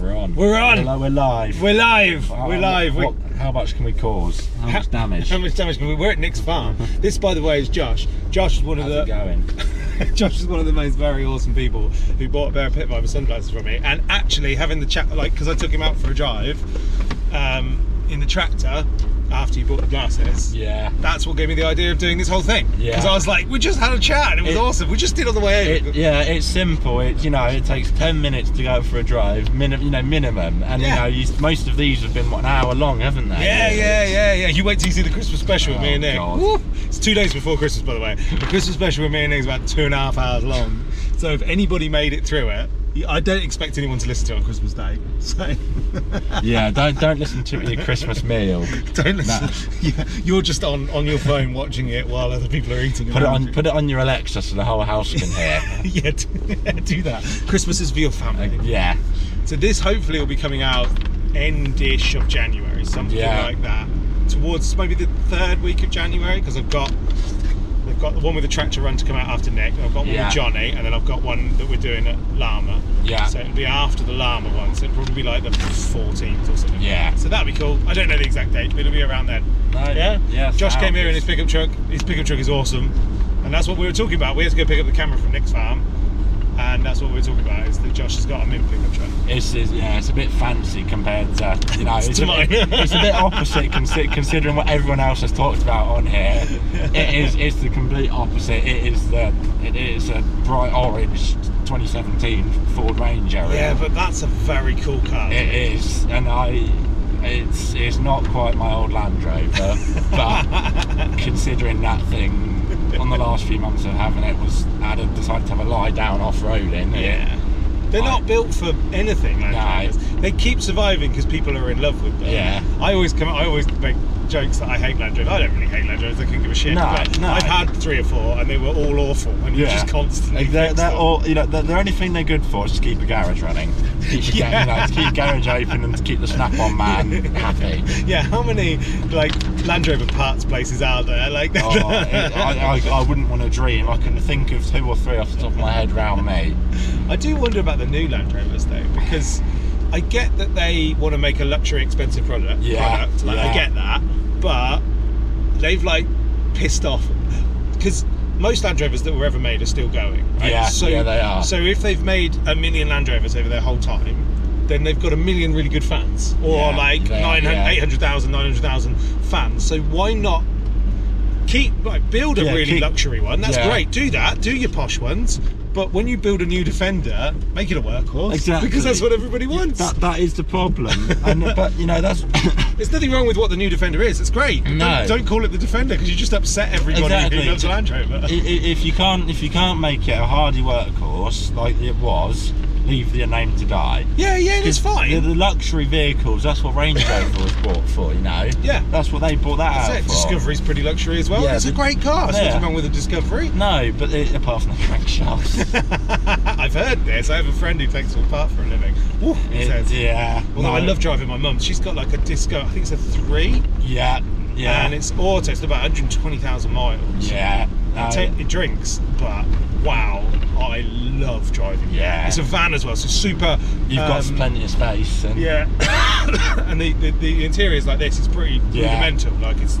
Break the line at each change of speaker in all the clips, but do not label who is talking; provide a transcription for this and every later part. on.
We're on.
Hello, we're live.
We're live.
How-
We're live. We're,
Oh, What, how much can we cause?
How much damage?
how much damage can we? We're at Nick's farm. this, by the way, is Josh. Josh is one of
How's it going?
the Josh is one of the most very awesome people who bought a pair of pit viper sunglasses from me. And actually, having the chat like because I took him out for a drive um, in the tractor after you bought the glasses.
Yeah.
That's what gave me the idea of doing this whole thing.
Yeah.
Because I was like, we just had a chat and it was
It-
awesome. We just did on the way over.
It, yeah, it's simple. It you know it takes ten minutes to go for a drive, minim, you know minimum, and
Yeah.
you know you, most of these have been what an hour long, haven't they?
Yeah, yeah, yeah, yeah. You wait till you see the Christmas special with me
Oh,
and Nick.
God.
Woo! It's two days before Christmas, by the way. The Christmas special with me and Nick is about two and a half hours long. So if anybody made it through it, I don't expect anyone to listen to it on Christmas Day. So
yeah. Don't don't listen to it at your Christmas meal.
don't listen. Yeah, you're just on, on your phone watching it while other people are eating.
Put it
around
on
you.
put it on your Alexa so the whole house can hear.
yeah, do, do that. Christmas is for your family.
yeah.
So this hopefully will be coming out end-ish of January, something
Yeah.
like that. Towards maybe the third week of January, because I've got I've got the one with the tractor run to come out after Nick. I've got one
Yeah.
with Johnny, and then I've got one that we're doing at Llama.
Yeah.
So it'll be after the Llama one. So it'll probably be like the 14th or something.
Yeah.
So that'll be cool. I don't know the exact date, but it'll be around then.
No,
yeah.
yeah,
Josh came here in his
sounds-
pickup truck. His pickup truck is awesome, and that's what we were talking about. We had to go pick up the camera from Nick's farm, and that's what we were talking about. Is that Josh has got a mint pickup truck.
It's, it's yeah, it's a bit fancy compared to you know. It's,
To
a,
mine.
bit, it's a bit opposite consi- considering what everyone else has talked about on here. It is it's the complete opposite. It is the it is a bright orange 2017 Ford Ranger.
Yeah, but that's a very cool car.
it is, and I it's it's not quite my old Land Rover, but considering that thing on the last few months of having it was Adam decided to have a lie down off roading.
Yeah. They're not built for anything. Land
No.
Rovers. They keep surviving because people are in love with them.
Yeah.
I always come. I always make jokes that I hate Land Rovers. I don't really hate Land Rovers. I couldn't give a shit.
No,
but
no.
I've had three or four, and they were all awful, and you just constantly.
Like, they're,
fix
they're
them.
all, you know, the, the only thing they're good for is to keep the garage running, to keep, the
Yeah.
ga- you know, to keep garage open and to keep the snap-on man happy.
Yeah. How many like Land Rover parts places are there? Like.
Oh, it- I, I, I wouldn't want to dream. I can think of two or three off the top of my head round me.
I do wonder about the new Land Rovers though, because I get that they want to make a luxury, expensive product.
Yeah,
product. Like, I
yeah.
get that, but they've like pissed off because most Land Rovers that were ever made are still going. Right?
Yeah, yeah, they are.
So if they've made a million Land Rovers over their whole time. Then they've got a million really good fans, or
Yeah,
like
they-
900,
yeah.
800,000, 900,000 fans. So why not keep like build a
Yeah,
really
keep-
luxury one? That's
Yeah.
great do that, do your posh ones, but when you build a new defender, make it a workhorse.
Exactly.
Because that's what everybody wants.
That, that is the problem. And, but, you know, that's...
There's nothing wrong with what the new defender is, it's great.
No.
Don't, don't call it the defender because you just upset everybody who
Exactly.
loves Land Rover.
i- i- if you can't if you can't make it a hardy workhorse like it was, leave your name to die.
yeah, yeah, and it's
The,
fine.
the luxury vehicles, that's what Range Rover was bought for, you know?
Yeah.
That's what they bought that out
That's it.
for.
Discovery's pretty luxury as well.
Yeah,
it's a
the-
great car. There's
Yeah.
nothing wrong with a Discovery.
No, but it, apart from the crankshafts.
I've heard this. I have a friend who takes them apart for a living. Woo, he
It-
says.
yeah.
Although I
no,
love driving my mum. She's got like a disco, I think it's a three,
Yeah. Yeah.
and it's auto, it's about 120,000 miles.
yeah. no,
I take it drinks, but wow, I love driving.
Yeah.
It's a van as well, so super.
you've got
um,
plenty of space. And,
Yeah. and the, the the interior is like this. It's pretty
Yeah.
rudimental. Like it's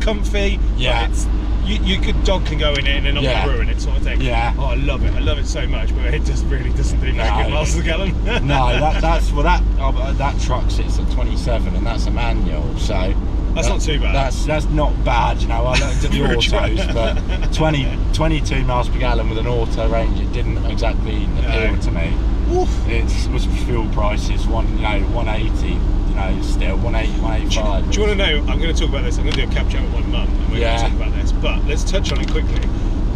comfy. but
Yeah.
It's, you, you could dog can go in it and then not
Yeah.
ruin it sort of thing.
Yeah.
Oh, I love it. I love it so much, but it just really doesn't do that
No.
good miles to the gallon.
No, that, that's well that oh, uh, that truck sits at 27 and that's a manual, so
That's not too bad.
That's that's not bad, you know. I looked at the
For a truck.
autos, but 20, 22 miles per gallon with an auto range, it didn't exactly appeal to me.
Oof.
It's was fuel prices one you know 180, you know still 180, 185.
Do you want to know? I'm going to talk about this. I'm going to do a cap chat with my mum, and we're
Yeah.
going to talk about this. But let's touch on it quickly.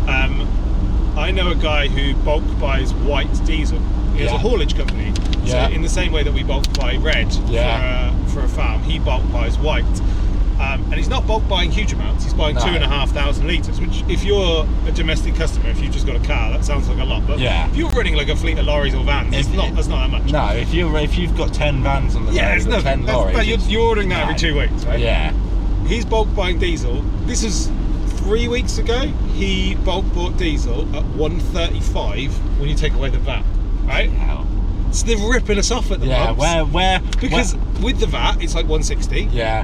Um, I know a guy who bulk buys white diesel. He has a
Yeah.
haulage company.
Yeah.
So in the same way that we bulk buy red
Yeah.
for, a, for a farm, he bulk buys white. Um, and he's not bulk buying huge amounts. He's buying
No.
two and a half thousand litres, which, if you're a domestic customer, if you've just got a car, that sounds like a lot. But
Yeah.
if you're running like a fleet of lorries or vans, it's
If-
not, that's not that much.
No, if you if you've got ten vans on the
yeah,
road
it's
or ten
nothing. That's-
lorries,
But you're,
it's-
you're ordering that every
no.
two weeks, right?
Yeah,
he's bulk buying diesel. This is three weeks ago. He bulk bought diesel at 135 when you take away the VAT, right?
Hell.
So they're ripping us off at the
Yeah,
pumps.
where where
because
where-
with the VAT it's like 160,
yeah,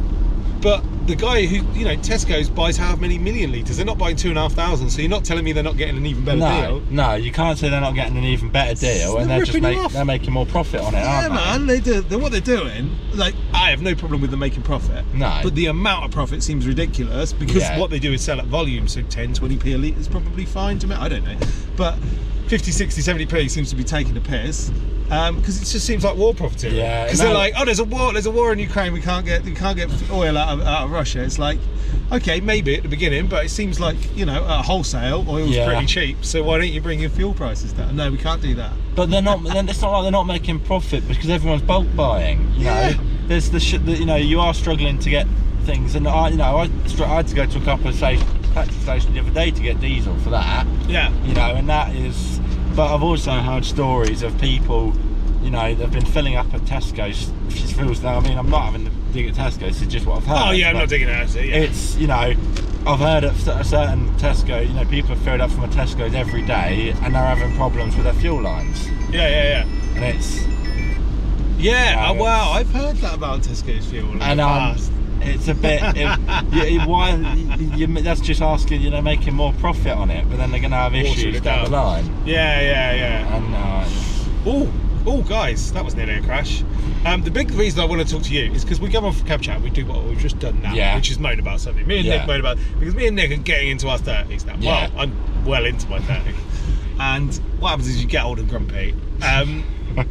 but the guy who you know Tesco's buys how many million liters? They're not buying two and a half thousand. So you're not telling me they're not getting an even better
no,
deal.
no, you can't say they're not getting an even better deal,
They're
and they're just
ripping you
make,
off.
they're making more profit on it,
Yeah,
aren't they?
man, they do. They're, what they're doing, like, I have no problem with them making profit.
No.
But the amount of profit seems ridiculous because
Yeah.
what they do is sell at volume, so 10, 20p a litre is probably fine to me. I don't know. But 50, 60, 70p seems to be taking a piss. Because it just seems like war profiteering.
Yeah,
Because
no.
they're like, oh, there's a war, there's a war in Ukraine. We can't get, we can't get oil out of, out of Russia. It's like, okay, maybe at the beginning, but it seems like you know, at wholesale, oil's
Yeah.
pretty cheap. So why don't you bring your fuel prices down? No, we can't do that.
But they're not. then It's not like they're not making profit because everyone's bulk buying. You
Yeah.
know, there's the shit that you know you are struggling to get things, and I, you know, I, str- I had to go to a couple of station, petrol stations the other day to get diesel for that.
Yeah.
You know, and that is. But I've also heard stories of people, you know, they've been filling up at Tesco's fuels. Now, I mean, I'm not having to dig at Tesco. This is just what I've heard.
Oh yeah, I'm
but-
not digging out of it. Yeah.
it's you know I've heard of a certain Tesco you know people are filled up from a Tesco's every day and they're having problems with their fuel lines
Yeah, yeah,
and it's
yeah. Yeah,
Yeah,
wow, I've heard that about Tesco's fuel. in the
and um,
past.
it's a bit it, you, you- why you, you- that's just asking you know making more profit on it but then they're gonna have
Watering
issues
it
down the
down.
line
Yeah, yeah, yeah.
and uh,
Oh, oh, guys, that was nearly a crash. Um, the big reason I want to talk to you is because we come off cab chat, we do what we've just done now,
Yeah.
which is moan about something. Me and
Yeah.
Nick moan about because me and Nick are getting into our thirties now.
Yeah.
Well, I'm well into my thirties, and what happens is you get old and grumpy. Um,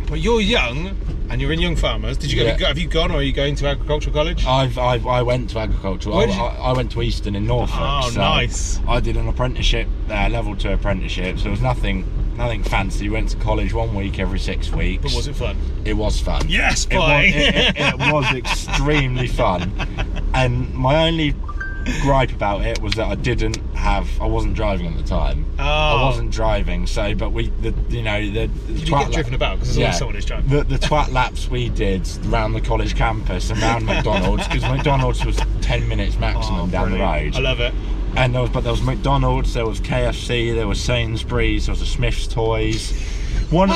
but you're young, and you're in Young Farmers. Did you go,
Yeah.
have, you, go- have you gone, or are you going to agricultural college?
I've, i I went to agricultural I,
Where did you-
I, I went to Eastern in Norfolk
Oh,
so
nice.
I did an apprenticeship there level 2 apprenticeship so it was nothing nothing fancy went to college one week every six weeks
But was it fun?
It was fun.
Yes,
it
boy.
was, it, it- it was extremely fun. And my only gripe about it was that I didn't have, I wasn't driving at the time. I
Oh.
wasn't driving, so but we, the, you know, the, the
You do get driven about because there's
yeah,
always someone who's driving.
the, the twat laps we did round the college campus and round McDonald's because McDonald's was ten minutes maximum
Oh,
down
brilliant.
the
I
road.
love it.
And there was, but there was McDonald's, there was KFC, there was Sainsbury's, there was a Smith's Toys. One,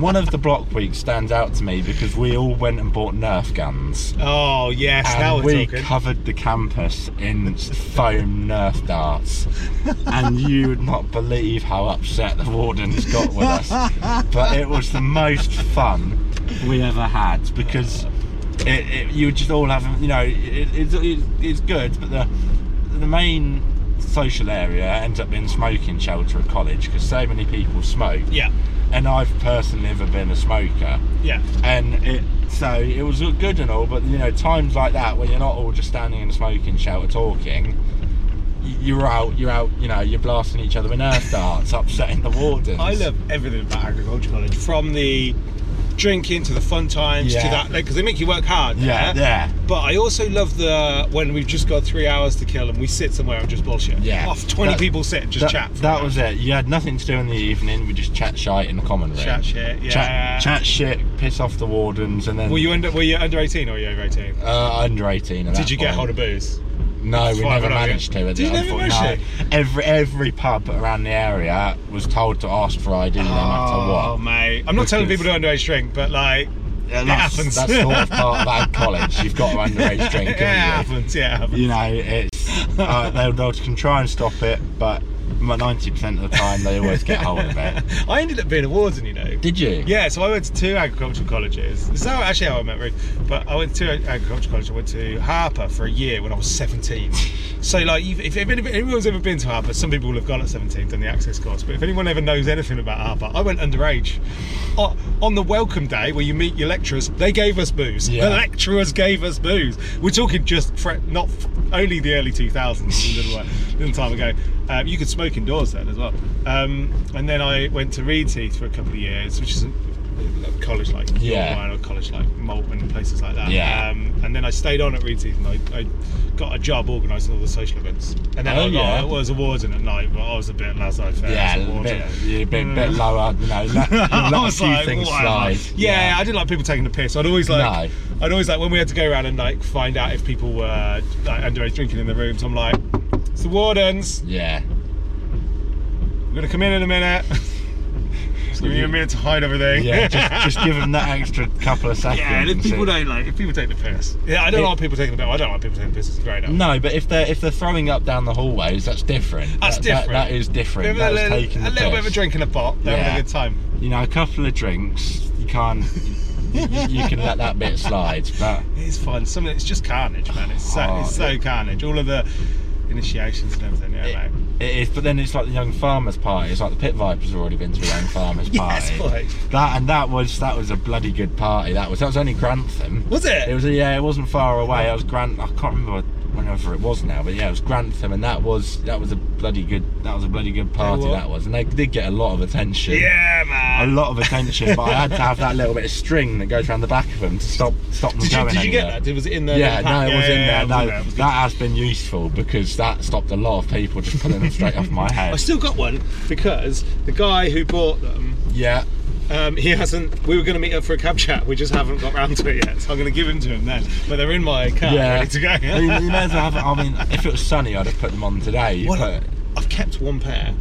one of the block weeks stands out to me because we all went and bought Nerf guns.
Oh yes, now
And
we're
we
talking.
covered the campus in foam Nerf darts. And you would not believe how upset the wardens got with us. But it was the most fun we ever had because it, it, you were just all having, you know, it, it, it, it's good, but the, the main social area ends up being smoking shelter at college because so many people smoke.
yeah,
And I've personally never been a smoker
yeah,
and it so it was good and all but you know times like that when you're not all just standing in a smoking shelter talking y- you're out you're out you know you're blasting each other with nerf darts upsetting the wardens
I love everything about agriculture college, from the drinking to the fun times to
Yeah.
that, because they make you work hard.
yeah
there.
yeah
But I also love the when we've just got three hours to kill and we sit somewhere and just bullshit.
Yeah.
off twenty
That-
people sit and just
that,
chat. for
that
an
was
hour.
it you had nothing to do in the evening we just chat shite in the common room
Chat shit. Yeah.
chat, chat shit piss off the wardens and then
Were you under Were you under eighteen or were you over eighteen?
uh, under 18 at
Did
that
you get
point.
hold of booze?
No, we
Five
never
and a half,
managed
yeah.
to.
Did you never
Unfortunately,
manage
no. Every every pub around the area was told to ask for ID no matter
Oh
what.
mate, I'm not telling
Because-
people to underage drink, but like it
that's,
happens.
That's sort of part of our college. You've got to underage drink,
yeah, it happens.
haven't you?
Yeah, it happens.
You know, it's uh, they'll, they'll can try and stop it, but ninety percent of the time they always get hold of it.
I ended up being a warden, you know.
Did you?
Yeah, so I went to two agricultural colleges. This is how, actually how I met Ruth. But I went to two agricultural colleges. I went to Harper for a year when I was 17. So, like, if, if anyone- anyone's ever been to Harper, some people will have gone at 17, done the access course. But if anyone ever knows anything about Harper, I went underage. O- uh, On the welcome day where you meet your lecturers, they gave us booze.
Yeah.
The lecturers gave us booze. We're talking just fre- not f- only the early 2000s, a little, while- little time ago. Um, you could smoke indoors then as well. Um, and then I went to Reed Teeth for a couple of years, which isn't college like
Yeah.
Yorkmine or college like Moulton and places like that.
Yeah.
Um, and then I stayed on at Reed Teeth and I, I got a job organising all the social events. And then
Oh,
I, got,
yeah.
I was a warden at night, but I was a bit less I fair.
Yeah,
as
a
warden.
bit, you're a bit, bit
Mm.
lower, you know. Let, you
I
let a
was
few
like,
things
whatever.
slide.
Yeah, I didn't like people taking the piss. I'd always like, I'd always like when we had to go around and like find out if people were like, underage drinking in the rooms. I'm like, it's the wardens.
yeah.
We're gonna come in in a minute. Just give me a minute to hide everything.
Yeah, just, just give them that extra couple of seconds.
Yeah, and if
and see.
people don't like, if people take the piss, yeah, I don't
It-
like people taking the piss. I don't like people taking the piss. It's great. No,
No, but if they're if they're throwing up down the hallways, that's different.
That's
That-
different.
That, that is
a
different. That's
little,
taking
a
the
little bit
piss.
of a drink in a pot. They're having
Yeah.
a good time.
You know, a couple of drinks, you can't. you, you can let that bit slide, but
It's fun. Some of it- it's just carnage, man. It's so,
Oh,
it's so carnage. All of the initiations and everything. Yeah,
it,
mate.
it is. But then it's like the young farmers party. It's like the pit vipers have already been to the young farmers
Yes,
party.
boy.
That and that was that was a bloody good party. That was that was only Grantham.
Was it?
It was yeah. It wasn't far away. I was Grant. I can't remember whenever it was now, but yeah, it was Grantham, and that was that was a bloody good that was a bloody good party.
were.
That was, and they did get a lot of attention.
yeah,
A
man.
lot of attention, but I had to have that little bit of string that goes around the back of them to stop stop them
Did you,
going.
did you get
anywhere.
that? Did- Was it in the?
yeah,
the pack?
no, it was in
yeah,
there.
it
No,
in there. It was good.
that has been useful because that stopped a lot of people just pulling them straight off my
I
head.
still got one because the guy who bought them,
Yeah,
um, he hasn't. We were going to meet up for a cab chat. We just haven't got round to it yet. So I'm going to give them to him then. But they're in my car,
yeah.
ready to go.
I mean, you may as well have, I mean, if it was sunny, I'd have put them on today.
Well,
but
I've kept one pair.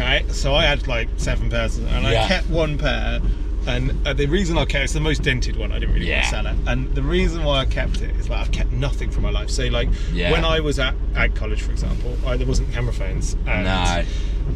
Right, so I had like seven pairs, and I
Yeah.
kept one pair. And uh, the reason I kept it's the most dented one. I didn't really
Yeah.
want to sell it. And the reason why I kept it is like I've kept nothing from my life. So like
Yeah.
when I was at, at college, for example, I, there wasn't camera phones. And
No.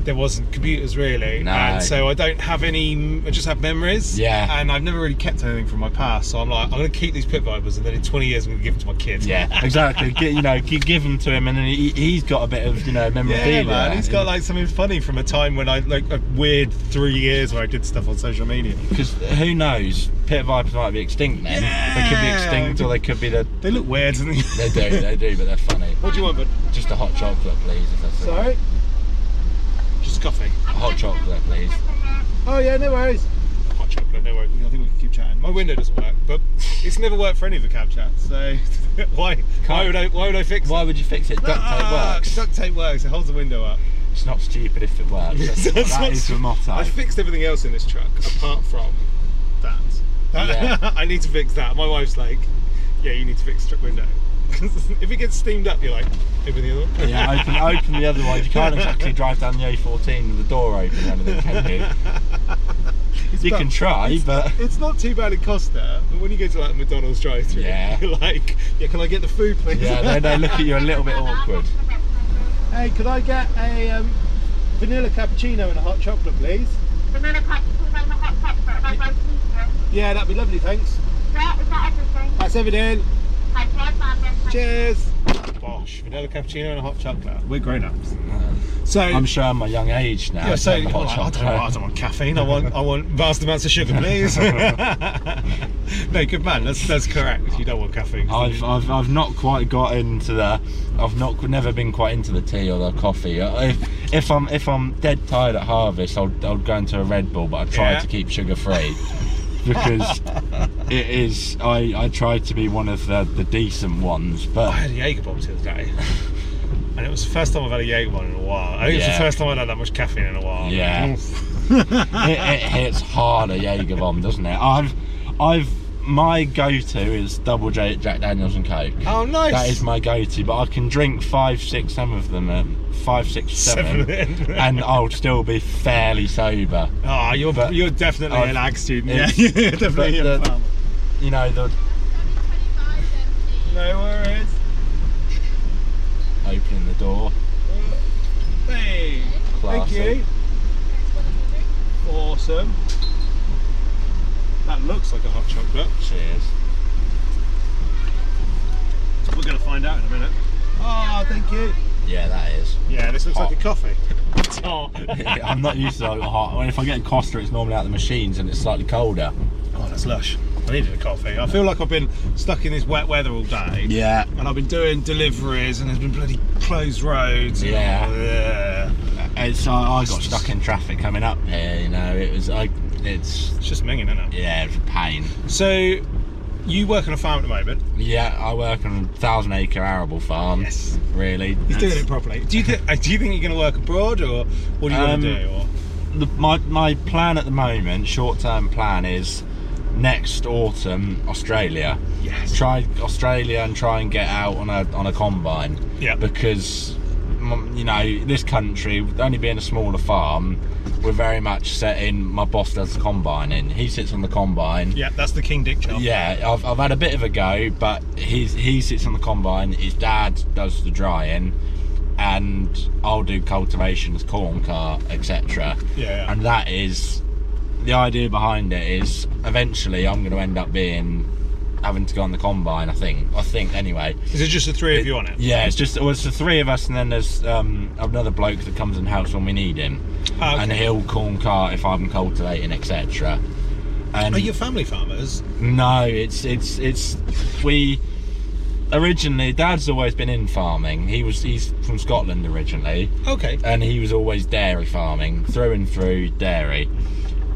There wasn't computers really.
No.
And so I don't have any. I just have memories.
Yeah.
And I've never really kept anything from my past. So I'm like, I'm gonna keep these pit vipers, and then in 20 years I'm gonna give them to my kids.
yeah, exactly. Get, you know, you give them to him, and then he, he's got a bit of you know memorabilia.
Yeah, man, he's got like something funny from a time when I like a weird three years where I did stuff on social media.
because who knows? Pit vipers might be extinct then. They could be
Yeah.
extinct, or they could be the.
They look weird, don't they?
They do, they do, but they're funny.
What do you want, bud?
Just a hot chocolate, please. If that's all right.
Just coffee.
A hot chocolate, please.
Oh yeah, no worries. Hot chocolate, no worries. I think we can keep chatting. My window doesn't work, but it's never worked for any of the cab chats. So why? Why would I? Why would I fix? it?
Why would you fix it? Duct tape
Ah,
works.
Duct tape works. It holds the window up.
It's not stupid if it works. That's,
That's
that
not-
is the motto.
I fixed everything else in this truck apart from that.
Yeah.
I need to fix that. My wife's like, yeah, you need to fix the truck window. 'Cause if it gets steamed up, you're like, open the other one.
yeah, open, open the other way. You can't exactly drive down the A14 with the door open and everything, can you?
It's
You
about-
can try, but
It's not too bad in Costa, but when you go to like McDonald's drive through,
Yeah.
you're like, yeah, can I get the food, please?
yeah, they, they look at you a little bit awkward.
Hey, could I get a um, vanilla cappuccino and a hot chocolate, please? Yeah, that'd be lovely, thanks. That's everything. Cheers. Bosh, vanilla cappuccino and a hot chocolate. We're grown ups. So
I'm showing my young age now.
Yeah, so
I'm
oh, I, don't, want- I don't want caffeine. I want I want vast amounts of sugar, please. no, good man. That's that's correct. You don't want caffeine.
I've, I've, I've not quite got into the I've not never been quite into the tea or the coffee. Uh, If, if I'm if I'm dead tired at harvest, I'll, I'll go into a Red Bull, but I try
Yeah.
to keep sugar free because it is I, I try to be one of the, the decent ones,
I
but
had a Jaeger bomb the other day, and it was the first time I've had a Jaeger bomb in a while. I think it's
Yeah.
the first time I've had that much caffeine in a while.
Yeah.
Oof.
it, it hits harder Jaeger bomb, doesn't it? I've I've my go-to is double J Jack Daniels and Coke.
Oh, nice.
That is my go-to, but I can drink five, six, seven of them, at five, six, seven,
Seven.
and I'll still be fairly sober.
Oh, you're
But-
you're definitely
I've-
an ag student. Yeah,
it's-
you're definitely
but
a
the-
farmer.
You know the
No worries.
opening the door.
Hey,
Classy.
thank you. Awesome. That looks like a hot chocolate.
Cheers.
We're going to find out in a minute. Oh, thank you.
Yeah, that is.
Yeah, this looks
Hot.
like a coffee. It's hot.
I'm not used to that hot. Well, if I get in Costa, it's normally out of the machines and it's slightly colder.
oh, that's lush. I needed a coffee. I feel like I've been stuck in this wet weather all day.
Yeah.
And I've been doing deliveries, and there's been bloody closed roads. and-
Yeah.
yeah.
It's I, I got stuck in traffic coming up here. You know, it was I. It's
It's just minging, isn't it?
yeah, it's a pain.
So, you work on a farm at the moment.
Yeah, I work on a thousand acre arable farm.
Yes.
Really.
He's doing
That's-
it properly. Do you think? uh, Do you think you're going to work abroad, or what do you
Um,
want to do? Or
the, my, my plan at the moment, short term plan, is next autumn Australia.
yes.
Try Australia and try and get out on a on a combine
Yeah.
because m- you know, this country, with only being a smaller farm, we're very much set in. My boss does the combine, and he sits on the combine.
Yeah, that's the King Dick job.
Yeah, I've, I've had a bit of a go, but he's, he sits on the combine, his dad does the drying, and I'll do cultivations, corn cart, etc.
Yeah, yeah.
And that is the idea behind it is eventually I'm going to end up being having to go on the combine, I think. I think, anyway.
Is it just the three of you on it?
Yeah, it's just well, it's the three of us, and then there's um, another bloke that comes and helps when we need him,
Ah, okay.
and he'll corn cart if I'm cultivating, etc. And
Are your family farmers?
no, it's it's it's we originally dad's always been in farming. He was he's from Scotland originally,
Okay.
and he was always dairy farming through and through dairy.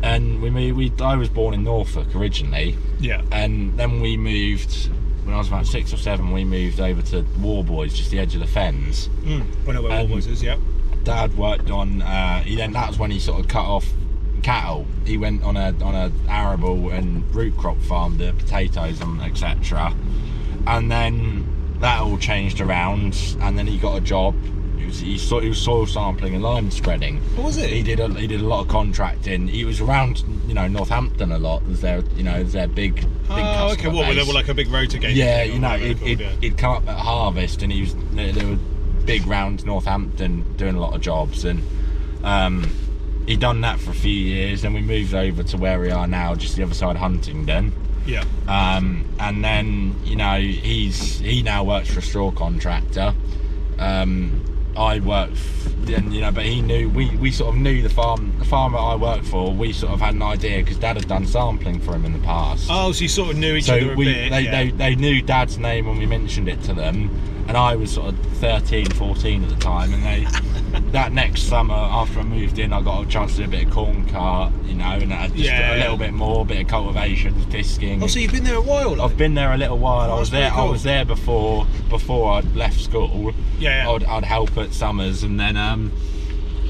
And we moved, we I was born in Norfolk originally,
Yeah.
and then we moved when I was about six or seven. We moved over to Warboys, just the edge of the fens.
Mm. I know where
Um,
Woolworths is. Yeah.
Dad worked on. Uh, he then that's when he sort of cut off cattle. He went on a on a arable and root crop farm, the potatoes and etc. And then that all changed around. And then he got a job. He was, he, so, he was soil sampling and lime spreading.
What was it?
He did a, he did a lot of contracting. He was around you know Northampton a lot. There's their you know there's their big. big
Oh, okay.
customer
What were they
base.
were like a big rotor gate?
Yeah,
thing or
you know,
whatever
it,
they're
it,
called,
would come up at harvest, and he was there there were big round Northampton doing a lot of jobs, and um, he done that for a few years. Then we moved over to where we are now, just the other side of Huntingdon.
yeah.
Um, and then you know he's he now works for a straw contractor. Um, I work, f- and you know, but he knew we, we sort of knew the farm the farmer I work for. We sort of had an idea because Dad had done sampling for him in the past
Oh, so you sort of knew each other
so
a
we
bit.
they,
yeah.
they, they knew dad's name when we mentioned it to them and i was sort of 13 14 at the time and they that next summer after i moved in i got a chance to do a bit of corn cart you know and I just
Yeah.
a little bit more bit of cultivation disking
Oh, so you've been there a while.
I've been there a little while. I
Oh, That's
was there.
pretty cool.
I was there before before I would left school.
Yeah, yeah.
I'd, I'd help at summers, and then um,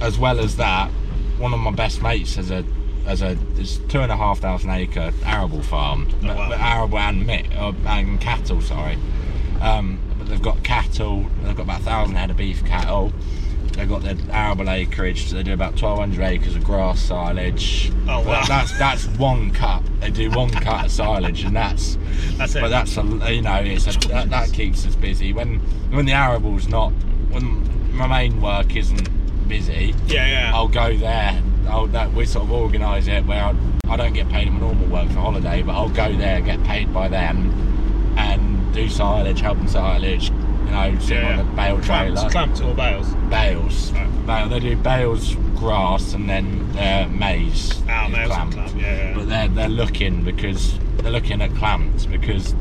as well as that, one of my best mates has a has a it's two and a half thousand acre arable farm,
Oh,
But-
wow.
but arable and mit uh, and cattle. Sorry, um, but they've got cattle. They've got about thousand head of beef cattle. They've got their arable acreage. So they do about twelve hundred acres of grass silage.
Oh,
But
wow.
That's that's one cut. They do one cut of silage, and that's
That's it.
but that's a you know it's a, that, that keeps us busy when when the arable's not when my main work isn't busy.
yeah, yeah.
I'll go there. I'll that we sort of organise it where I, I don't get paid in my normal work for holiday, but I'll go there, get paid by them, and do silage, help them silage. You know, sit
yeah.
on a bale
Clamps,
trailer,
clamps or bales.
bales,
Right.
bale. They do bales, grass, and then uh, maize.
Ah,
is
males and
clamped
clamp. Yeah, yeah.
but they're they're looking because they're looking at clamped because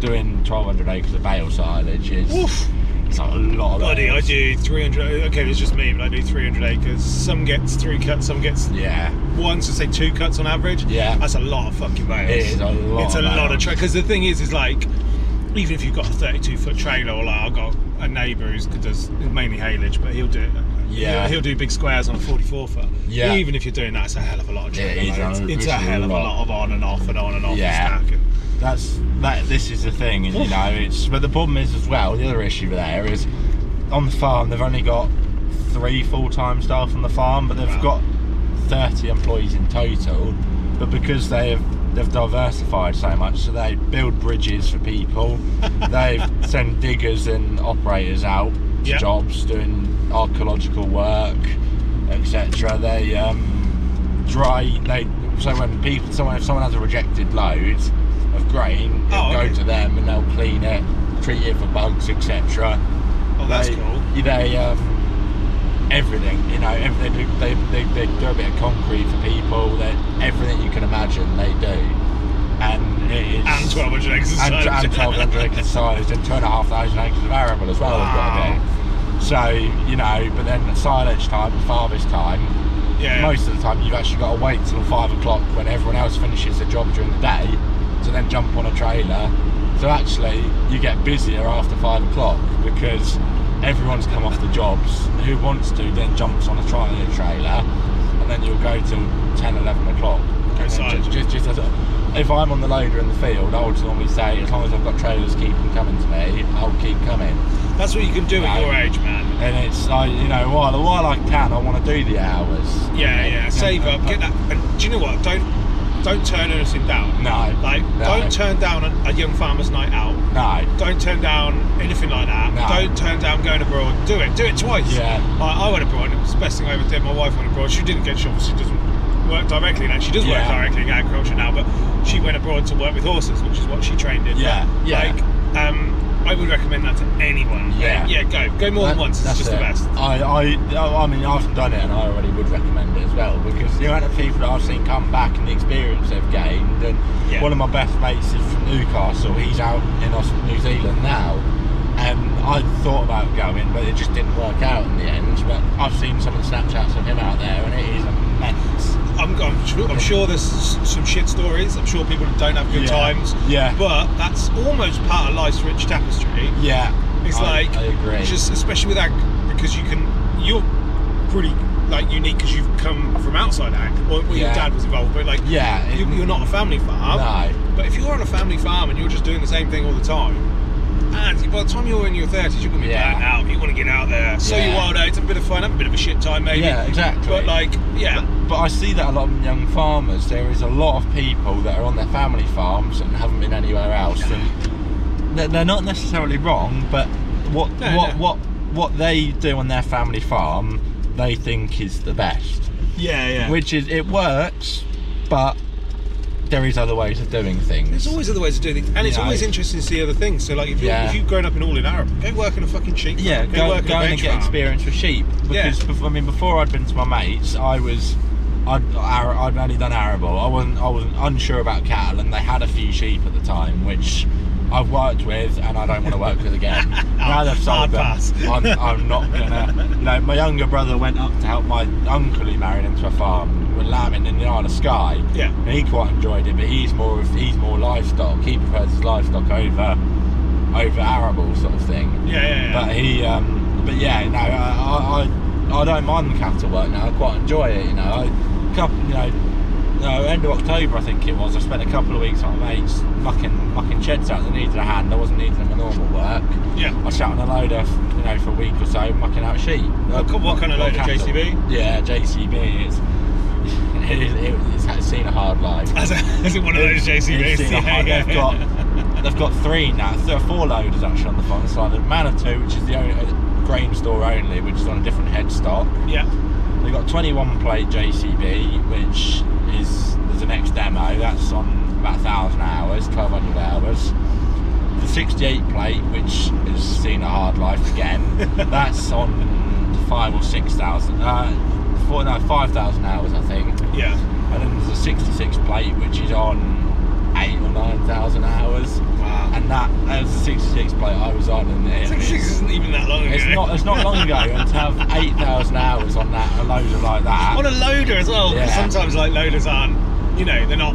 doing 1200 acres of bale silage is
Oof.
it's like a lot of
Bloody, I
acres.
do 300. Okay, it's just me, but I do 300 acres. Some gets three cuts, some gets
yeah
one, so say two cuts on average.
Yeah.
That's a lot of fucking bales.
It is a lot
It's a
of
lot of
bales.
tra Because the thing is, is like, even if you've got a 32 foot trailer, or like I've got a neighbour who does mainly haylage, but he'll do uh,
Yeah.
He'll, he'll do big squares on a 44 foot.
Yeah.
Even if you're doing that, it's a hell of a lot of
Yeah,
trailer.
it is
loads.
a-
it's a
it's a
hell of a
lot.
lot of on and off and on and off
Yeah.
and stack. And,
that's that this is the thing and you
Oof.
know it's but the problem is as well the other issue there is on the farm they've only got three full-time staff on the farm but they've
Wow.
got 30 employees in total but because they have they've diversified so much so they build bridges for people they send diggers and operators out to
Yeah.
jobs doing archaeological work etc they um dry they so when people someone if someone has a rejected load of grain
Oh,
it'll
okay.
go to them and they'll clean it treat it for bugs etc
oh, that's
they,
cool.
They um, everything, you know, ev they do they, they, they do a bit of concrete for people. They everything you can imagine they do, and it is
And 1200 acres of
and,
silage.
and 1,200 acres of silage and two and a half thousand acres of arable as well. they've got to do. So you know, but then at silage time, harvest time,
yeah.
most of the time you've actually got to wait till five o'clock when everyone else finishes their job during the day to then jump on a trailer. So actually, you get busier after five o'clock because everyone's come off the jobs. Who wants to then jumps on a trailer, trailer, and then you'll go till 10, 11 o'clock.
Go
And then ju-
silage.
just, just as a if I'm on the loader in the field, I would normally say, as long as I've got trailers keep them coming to me, I'll keep coming.
That's what you can do
No.
at your age, man.
And it's like, you know, while, while I can, I want to do the hours.
Yeah, yeah. Save
I-
up, get that. And do you know what? Don't don't turn anything down.
No.
Like,
no,
don't turn down a, a young farmer's night out.
No.
Don't turn down anything like that.
No.
Don't turn down going abroad. Do it. Do it twice.
Yeah.
I, I went abroad. It was the best thing I ever did. My wife went abroad. She didn't get jobs. She doesn't work directly now. She does
Yeah.
work directly in agriculture now, but she went abroad to work with horses, which is what she trained in.
Yeah, yeah.
Like, um, I would recommend that to anyone.
Yeah.
Yeah. Go. Go more
That-
than once. It's
that's
just the
it.
best.
I, I, oh, I mean, I've done it and I already would recommend it as well because the amount of people that I've seen come back and the experience they've gained. And
Yeah.
one of my best mates is from Newcastle. He's out in Aus- New Zealand now. And I thought about going, but it just didn't work out in the end. But I've seen some of the Snapchats of him out there and it is immense.
I'm, I'm, sure, I'm sure there's s- some shit stories. I'm sure people don't have good
Yeah.
times.
Yeah.
But that's almost part of life's rich tapestry.
Yeah.
It's
I-
like
I agree.
just especially with ag because you can you're pretty like unique because you've come from outside ag. Well, well
Yeah.
your dad was involved, but like
yeah. it-
you, you're not a family farm.
No.
But if you're on a family farm and you're just doing the same thing all the time, and by the time you're in your thirties, you're gonna be
Yeah.
burnt out. You want to get out there, sow your
Yeah.
wild oats, have a bit of fun, have a bit of a shit time maybe.
Yeah, exactly.
But like, yeah,
But I see that a lot of young farmers. There is a lot of people that are on their family farms and haven't been anywhere else, and they're, they're not necessarily wrong. But what
No,
what
no.
what what they do on their family farm, they think is the best,
yeah, yeah.
which is it works, but there is other ways of doing things.
There's always other ways to do things, and it's
Yeah,
always
I-
interesting to see other things. So, like, if, you
Yeah.
if you've grown up in all in Arab, go work in a fucking sheep. farm,
yeah,
go,
go,
work
go
in a
and
veg
get
farm.
experience with sheep
Yeah.
because bef- I mean before I'd been to my mates, I was I'd Ar- I'd only done arable. I wasn't I wasn't unsure about cattle, and they had a few sheep at the time, which I've worked with, and I don't want to work with again. now they've sold
hard
them,
pass.
I'm, I'm not gonna. No, my younger brother went up to help my uncle who married into a farm with lambing in the Isle of Skye.
Yeah.
and he quite enjoyed it, but he's more of he's more livestock. He prefers his livestock over over arable sort of thing.
Yeah, yeah, yeah.
But he, um, but yeah, no, I, I, I don't mind the capital work now. I quite enjoy it. You know, I, couple, you know, no, end of October I think it was. I spent a couple of weeks on my mates mucking, mucking sheds out that needed a hand. I wasn't needing them for normal work.
yeah.
I sat on a loader, you know, for a week or so, mucking out sheep.
What co- what kind of
Or
loader,
cattle.
JCB?
Yeah, JCB. It's, it, it, it's seen a hard life.
As, a, as in one of those JCBs.
It's- it's- they've got they've got three now, th- four loaders actually on the farm. It's like the Manitou, which is the only uh, grain store only, which is on a different headstock.
yeah,
They've got 21 plate JCB, which is there's the next demo. That's on about thousand hours, 1200 hours. The 68 plate, which has seen a hard life again, that's on five or six thousand. Uh, four, no, five thousand hours, I think.
yeah.
And then there's a 66 plate which is on eight or nine thousand hours,
Wow.
and that that was the 66 plate I was on, and it,
Six six isn't even that long ago.
it's not it's not long ago, and to have eight thousand hours on that a loader like that,
on a loader as well. 'cause
Yeah.
Sometimes like loaders aren't, you know, they're not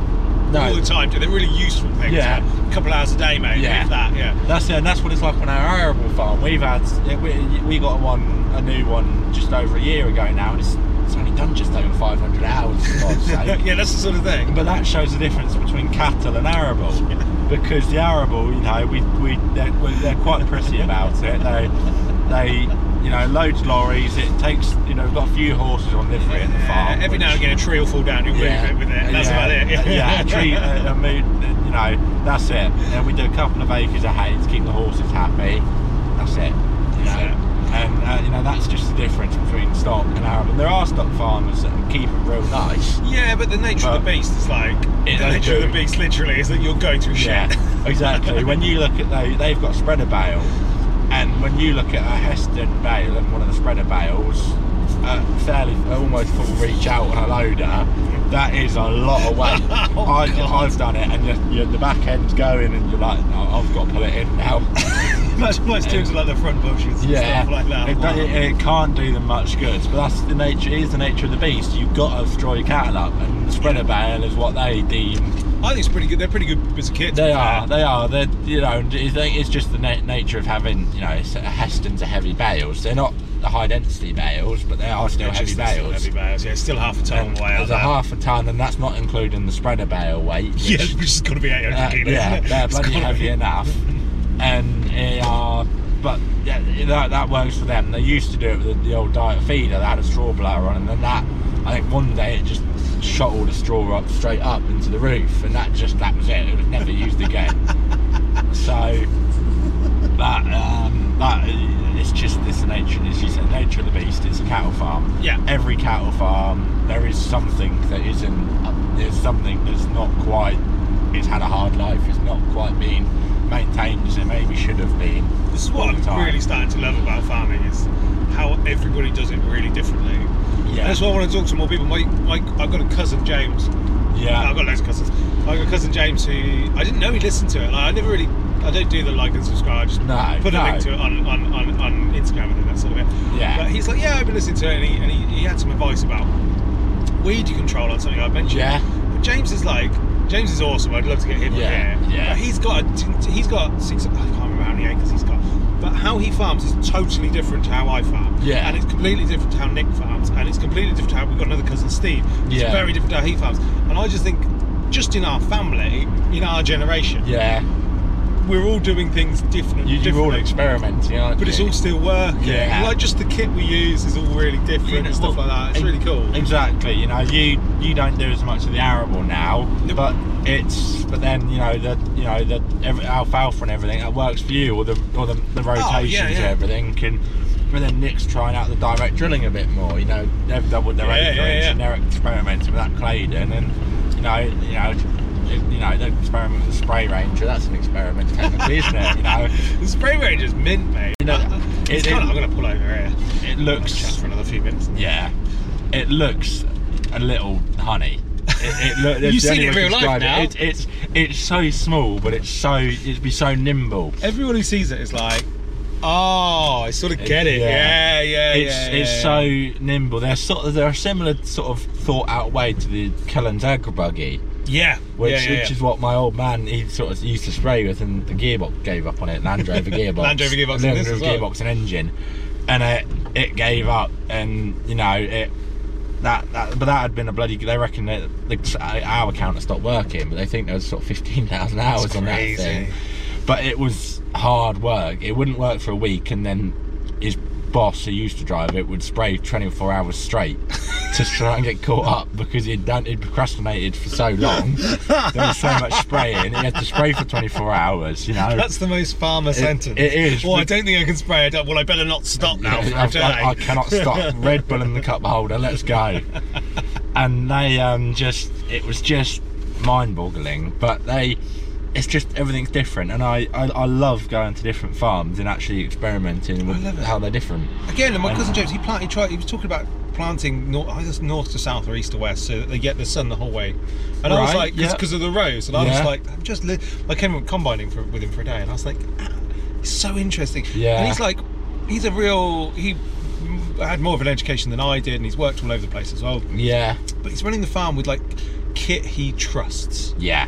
No.
all the time. They're really useful things.
Yeah.
like, a couple hours a day, maybe.
Yeah.
If that. Yeah.
That's it, and that's what it's like on our arable farm. We've had yeah, we, we got one a new one just over a year ago now, and it's, it's only done just over 500 hours. For God's sake.
yeah, that's the sort of thing.
But that shows the difference between cattle and arable, because the arable, you know, we, we they're, we- they're quite pretty about it. They they you know loads lorries. It takes you know we've got a few horses on livery at the farm.
Yeah, every now and
which-
again, a tree will fall down. You'll move it with it. and That's
yeah,
about it.
yeah, a tree, uh, a, a mood, you know, that's it. And we do a couple of acres of hay to keep the horses happy. That's it. You
That's
know.
it.
And uh, you know that's just the difference between stock and arable. There are stock farmers that keep it real nice.
Yeah, but the nature of the
But-
beast is like
It
the
does
nature of the
do.
beast literally is that you'll go through shit.
Yeah, exactly. when you look at those, they've got spreader bale, and when you look at a Heston bale and one of the spreader bales, uh, fairly almost full reach out on a loader, that is a lot of weight.
Oh,
I,
God.
I've done it, and you you the back end's going, and you're like, "No, I've got to pull it in now.
much worse tunes like the front bushes and
Yeah,
stuff like that.
It, don't- it, it can't do them much good, but that's the nature. It is the nature of the beast. You've got to throw your cattle up, and the spreader bale is what they deem
I think it's pretty good. They're pretty good as a kid. to be
They
fair.
are, they are. They're, you know, and it's like- it's just the na- nature of having, you know, it's, Heston's are heavy bales. They're not the high density bales, but they are still
They're
heavy
just- they're still
bales.
Heavy bales. Yeah, it's still half a ton
And
way out
There's a
there.
half a ton, and that's not including the spreader bale weight. Which,
Yeah, which is going to be 800
uh,
kilos.
yeah,
isn't it?
they're
It's
bloody
gotta
heavy
be-
enough. And they are, but yeah, that, that works for them. They used to do it with the, the old diet feeder. They had a straw blower on, and then that, I think one day it just shot all the straw up straight up into the roof, and that just that was it. It was never used again. so that um, that it's just this nature, as you said, nature of the beast. It's a cattle farm.
Yeah.
Every cattle farm, there is something that isn't. There's something that's not quite. It's had a hard life. It's not quite been maintained as it maybe should have been.
This is what
all the
I'm
time.
really starting to love about farming is how everybody does it really differently.
Yeah.
That's why I want to talk to more people. My, my, I've got a cousin James. I've
Yeah.
got loads of cousins. I've got a cousin James who I didn't know he listened to it. Like, I never really, I don't do the like and subscribe. I just
No,
put a
no.
link to it on, on, on, on Instagram and then that sort of it.
Yeah.
But he's like, yeah, I've been listening to it, and he, and he, he had some advice about weed control on something I mentioned.
Yeah.
But James is like, James is awesome. I'd love to get him on
Yeah,
here.
yeah.
But he's got, a, t- he's got six. I can't remember how many acres he's got. But how he farms is totally different to how I farm.
Yeah.
And it's completely different to how Nick farms, and it's completely different to how we've got another cousin Steve. It's
Yeah.
very different to how he farms, and I just think. Just in our family, in our generation,
Yeah.
we're all doing things different.
You, you're all
differently.
experimenting, aren't
But
you?
it's all still working.
Yeah.
Like just the kit we use is all really different
You know,
and stuff
well,
like that. It's
e-
really cool.
Exactly. You know, you you don't do as much of the arable now,
No.
but it's but then you know the you know the every, alfalfa and everything that works for you, or the or the, the rotations
Oh, yeah.
and everything can. But then Nick's trying out the direct drilling a bit more. You know, they've doubled their
Yeah, yeah,
acreage
yeah.
and they're experimenting with that Claydon, and you know you know. it- You know, they experiment with the spray ranger. That's an experiment, technically, isn't it? You know,
the spray ranger's mint, mate.
You know,
Uh,
it-
it's
it-
kind of, I'm going to pull over here.
it looks
Chat for another few minutes.
Yeah, it looks a little honey. It, it look, that's
You've
the
seen
only
it in
way to
real life
describe
now.
It, it's it's so small, but it's so it'd be so nimble.
Everyone who sees it is like, oh, I sort of get it. Yeah, yeah, yeah.
It's
yeah,
it's
yeah.
so nimble. They're sort of they're a similar sort of thought out way to the Cullen's Agri buggy,
yeah,
which
yeah, yeah,
which
yeah.
is what my old man he sort of used to spray with, and the gearbox gave up on it. Land Rover gearbox,
Land Rover gearbox and
Land
this
Rover
as well.
gearbox and engine, and it it gave up, and you know it. That, that, but that had been a bloody. They reckon that the hour counter stopped working, but they think there was sort of fifteen thousand hours
That's
on
crazy.
that thing. But it was hard work. It wouldn't work for a week, and then his boss, who used to drive it, would spray twenty four hours straight to try and get caught up because he'd done he'd procrastinated for so long. there was so much spraying. He had to spray for twenty four hours. You know.
That's the most farmer sentence.
it is,
Well, I
but-
don't think I can spray it up. Well, I better not stop now for
I,
a day.
I- I cannot stop. Red Bull in the cup holder. Let's go. And they um, just, it was just mind-boggling. But they, it's just everything's different, and I, I, I love going to different farms and actually experimenting with
love it.
how they're different.
Again, and my cousin James, he planted. He tried. He was talking about planting north, I guess north to south or east to west, so that they get the sun the whole way. And I was
Right,
like,
yeah.
because of the rows, and I
Yeah.
was like, I'm just. Li-. I came up combining for, with him for a day, and I was like, ah, it's so interesting.
Yeah.
And he's like, he's a real. He had more of an education than I did, and he's worked all over the place as well.
Yeah,
But he's running the farm with like kit he trusts.
yeah.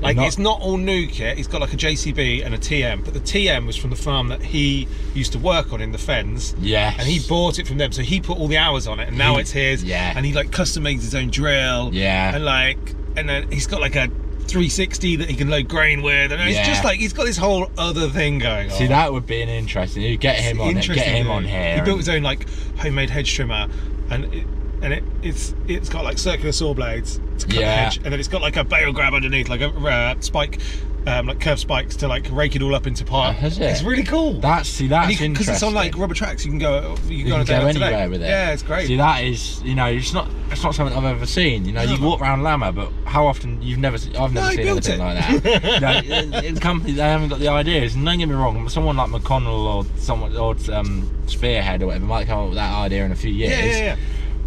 Like
Not-
it's not all new kit. He's got like a JCB and a TM, but the TM was from the farm that he used to work on in the Fens.
Yes.
And he bought it from them, so he put all the hours on it, and now
He-
it's his.
yeah.
And he like custom makes his own drill.
Yeah.
And like, and then he's got like a 360 that he can load grain with, and it's
Yeah.
just like he's got this whole other thing going on.
See, that would be an interesting. You get him
It's
on it. Get
interesting,
him
dude.
on here.
He built
and-
his own like homemade hedge trimmer, and it, and it it's it's got like circular saw blades to cut
Yeah.
the hedge, and then it's got like a bale grab underneath, like a uh, spike, um, like curved spikes to like rake it all up into part.
Oh, has it?
It's really cool.
That's see, that's interesting.
because it's on like rubber tracks, you can go you,
you
can
can
go, on a
go
day like
anywhere
today.
with it.
Yeah, it's great.
See, that is, you know, it's not, it's not something I've ever seen. You know, you walk around Lama, but how often you've never, se- I've never
No, he
seen
built
anything like that. you know, in- in companies they haven't got the ideas. And don't get me wrong, someone like McConnell or someone or um, Spearhead or whatever might come up with that idea in a few years.
yeah, yeah, yeah.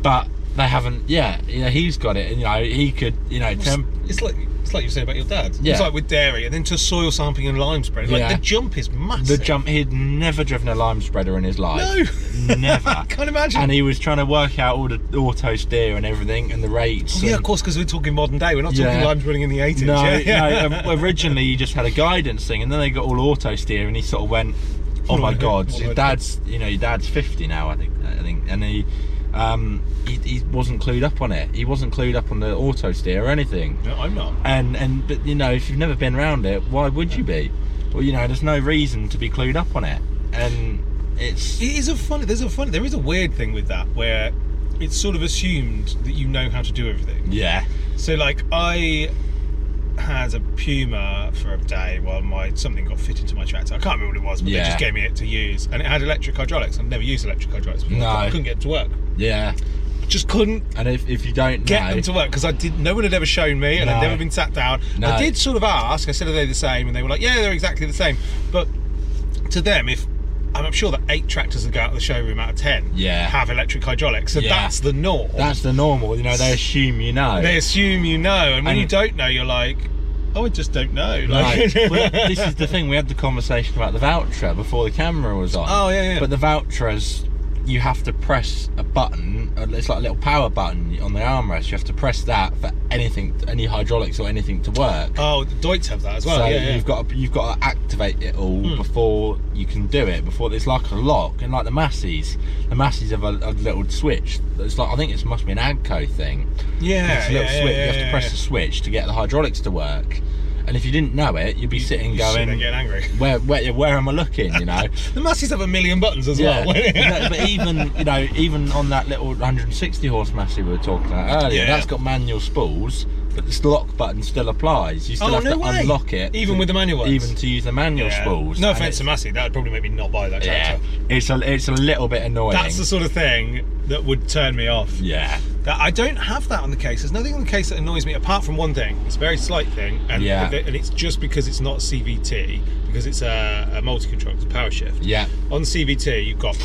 But they haven't. Yeah, you know, he's got it, and you know, he could, you know,
It's,
temp.
it's like it's it's like you were saying about your dad.
um, Yeah.
It's like with dairy and then to soil sampling and lime spread. Like
Yeah.
the jump is
The
massive.
jump, he'd never driven a lime spreader in his life.
No.
Never.
I can't imagine.
And he was trying to work out all the auto steer and everything and the rates.
yeah,
and-
of course, because we're talking modern day. We're not
Yeah.
talking lime spreading in the 80s.
No,
yeah, yeah.
no. um, Originally, you just had a guidance thing, and then they got all auto steer, and he sort of went, "Oh my
Right,
god,
what
your
do I
dad's, you know, your dad's fifty now, I think, I think." And he, um, he, he wasn't clued up on it. He wasn't clued up on the auto steer or anything.
no, I'm not.
And and but you know, if you've never been around it, why would you be? Well, you know, there's no reason to be clued up on it, and it's
It is a funny. There's a funny. There is a weird thing with that where it's sort of assumed that you know how to do everything.
yeah,
So like I had a Puma for a day while my something got fitted to my tractor. I can't remember what it was, but
Yeah.
they just gave me it to use, and it had electric hydraulics. I've never used electric hydraulics before.
No.
I couldn't get it to work.
yeah.
Just couldn't
And if, if you don't
get
know,
them to work because I did. No one had ever shown me, and
No.
I'd never been sat down.
No.
I did sort of ask. I said, "Are they the same?" And they were like, "Yeah, they're exactly the same." But to them, if I'm sure that eight tractors that go out of the showroom out of ten
Yeah.
have electric hydraulics, so
Yeah.
that's the norm.
that's the normal. You know, they assume you know.
they assume you know, and when
And-
you don't know, you're like, "Oh, I just don't know."
Right.
Like,
well, this is the thing. We had the conversation about the voucher before the camera was on.
Oh, yeah, yeah.
But the vouchers, you have to press a button. uh, It's like a little power button on the armrest. You have to press that for anything, any hydraulics or anything to work.
oh, the Deutz have that as well.
so
yeah, Hmm. yeah.
you've got to, you've got to activate it all before you can do it. Before it's like a lock, and like the masses, the masses have a, a little switch. It's like I think it must be an Agco thing.
yeah,
It's a
yeah,
little
yeah,
switch.
yeah,
you have to
yeah,
press
yeah.
the switch to get the hydraulics to work. And if you didn't know it, you'd be sitting
You sit
going,
there getting angry.
where, where where am I looking? You know,
The Massey's have a million buttons as
yeah.
well.
No, but even you know, even on that little 160 horse Massey we were talking about earlier,
Yeah.
that's got manual spools, but this lock button still applies. You still
Oh,
have
no
to
way.
unlock it,
Even
to-
with the manual ones?
even to use the manual
Yeah.
spools.
No
And
offense to
it's-
Massey, that would probably make me not buy that
Yeah,
tractor.
it's a it's a little bit annoying.
That's the sort of thing that would turn me off.
yeah,
That I don't have that on the case. There's nothing on the case that annoys me apart from one thing. It's a very slight thing, and,
Yeah.
and it's just because it's not CVT, because it's a, a multi control, it's a power shift.
yeah,
On CVT, you've got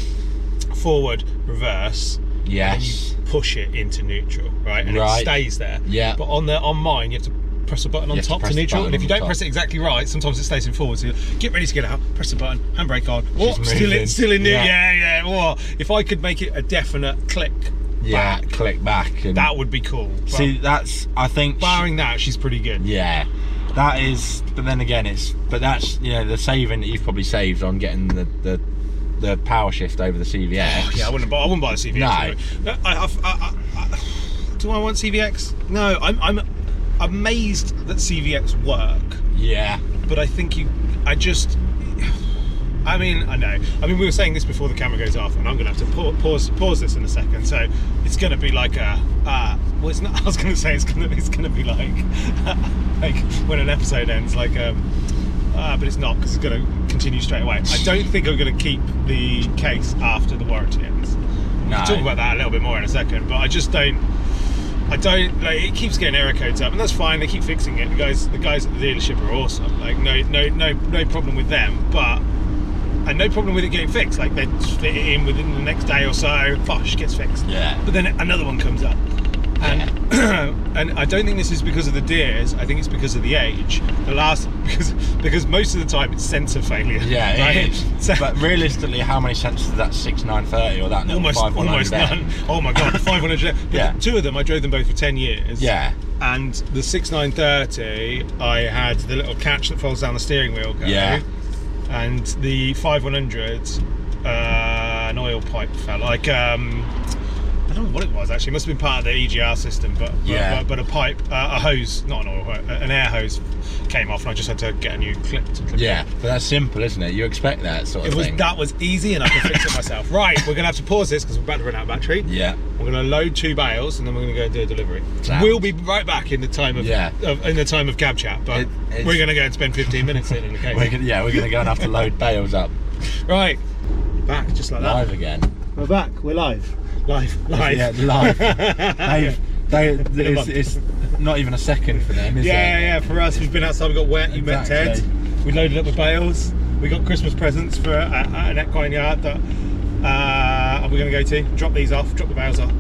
forward, reverse, and
yes,
you push it into neutral, right? And
Right.
it stays there.
Yeah.
But on the on mine, you have to press a button on
have to
top to,
press the
neutral, and
button
if
on
you
the
don't
top.
press it exactly right, sometimes it stays in forward. So you get ready to get out, press the button, handbrake on.
She's
What? Still
moving.
in, still in neutral.
Yeah.
Yeah, yeah. What? If I could make it a definite click,
yeah.
back,
Click back and
that would be cool. But
see. That's I think
barring that, she's pretty good.
Yeah, that is. But then again, it's but that's you know the saving that you've probably saved on getting the the, the power shift over the CVX.
Oh, Yeah, I wouldn't buy. I wouldn't buy a CVX.
No.
anyway. No. I, I, I, I, do I want CVX? No. I'm, I'm amazed that CVX work.
yeah,
but I think you, I just, I mean, I know. I mean, we were saying this before the camera goes off, and I'm going to have to pa- pause pause this in a second. So it's going to be like a, uh, well, it's not. I was going to say it's going to it's going to be like, like when an episode ends, like um. Uh, but it's not because it's going to continue straight away. I don't think I'm going to keep the case after the warranty ends.
No.
We'll talk about that a little bit more in a second, but I just don't. I don't like. It keeps getting error codes up, and that's fine. They keep fixing it. The guys, the guys at the dealership are awesome. Like no, no, no, no problem with them. But and no problem with it getting fixed. Like they fit it in within the next day or so. Bosh, gets fixed.
yeah,
But then another one comes up, and and I don't think this is because of the deers. I think it's because of the age. The last because because most of the time it's sensor failure.
yeah. it
right?
is.
So-
but realistically, how many sensors that six nine thirty or that little
almost
five one
almost none. Oh my god, five hundred.
Yeah.
yeah, two of them I drove them both for ten years.
Yeah,
and the six nine thirty I had the little catch that folds down the steering wheel. Go,
Yeah.
and the five one hundred uh, an oil pipe fell like um. I don't know what it was actually. It must have been part of the EGR system, but but-
Yeah.
but, but, a pipe, uh, a hose, not an oil, hose, an air hose, came off, and I just had to get a new clip to clip it
yeah. But that's simple, isn't it? You expect that sort of
it was
thing.
that was easy, and I can fix it myself. Right, we're gonna have to pause this because we're about to run out of battery.
Yeah.
We're gonna load two bales, and then we're gonna go and do a delivery.
Sound.
We'll be right back in the time of,
Yeah.
of in the time of cab chat, but
It- it's-
we're gonna go and spend 15 minutes in. in the
We're
case.
gonna, yeah, we're gonna go and have to load bales up
Right, back just like
live again.
that. We're back. We're live. Live. Live.
Yeah, live. They've, they, it's,
month.
it's not even a second for them, is
Yeah,
it?
yeah. For us, we've been outside. We got wet. You met Ted.
Exactly.
We loaded up the bales. We got Christmas presents for uh, at an equine yard that uh, we're going to go to. Drop these off. Drop the bales off.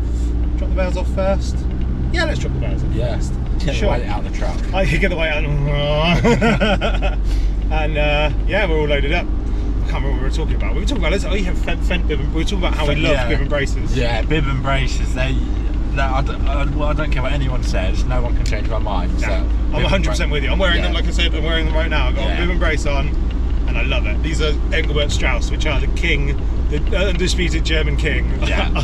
Drop the bales off first. Yeah, let's drop the bales off
Yeah.
first.
Get
Sure.
the weight out of the truck.
I could get the weight out. and uh, yeah, we're all loaded up. I can't remember what we were talking about. We were talking about let's, oh yeah, Fent, Fent, we were talking about how we love
Yeah.
giving braces.
Yeah, bib and braces. They, no, I, don't, I, well, I don't care what anyone says. No one can change my mind. So
Yeah. I'm 100 percent with you. I'm wearing them
Yeah.
like I said. I'm wearing them right now. I've got
Yeah.
a ribbon brace on, and I love it. These are Engelbert Strauss, which are the king, the undisputed German king.
Yeah.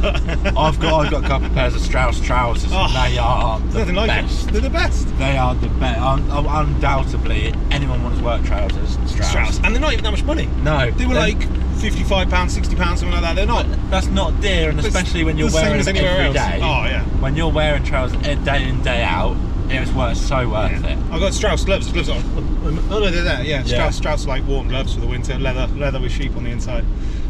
I've got I've got a couple of pairs of Strauss trousers.
Oh,
and they are the
nothing like
best.
it. They're the best.
They are the best. Un- un- undoubtedly, anyone wants work trousers. Strauss.
Strauss, and they're not even that much money.
No,
They were
they're-
like 55 pounds, 60 pounds, something like that. They're not.
That's not dear, and
It's
especially when you're
the same
wearing
as
it
anywhere
every
else.
day.
Oh, yeah.
When you're wearing trousers eh, day in day out, it was worth so worth it.
I got Strauss gloves. Gloves on. Oh no, they're there. Yeah, Strauss. Strauss like warm gloves for the winter. Leather, leather with sheep on the inside.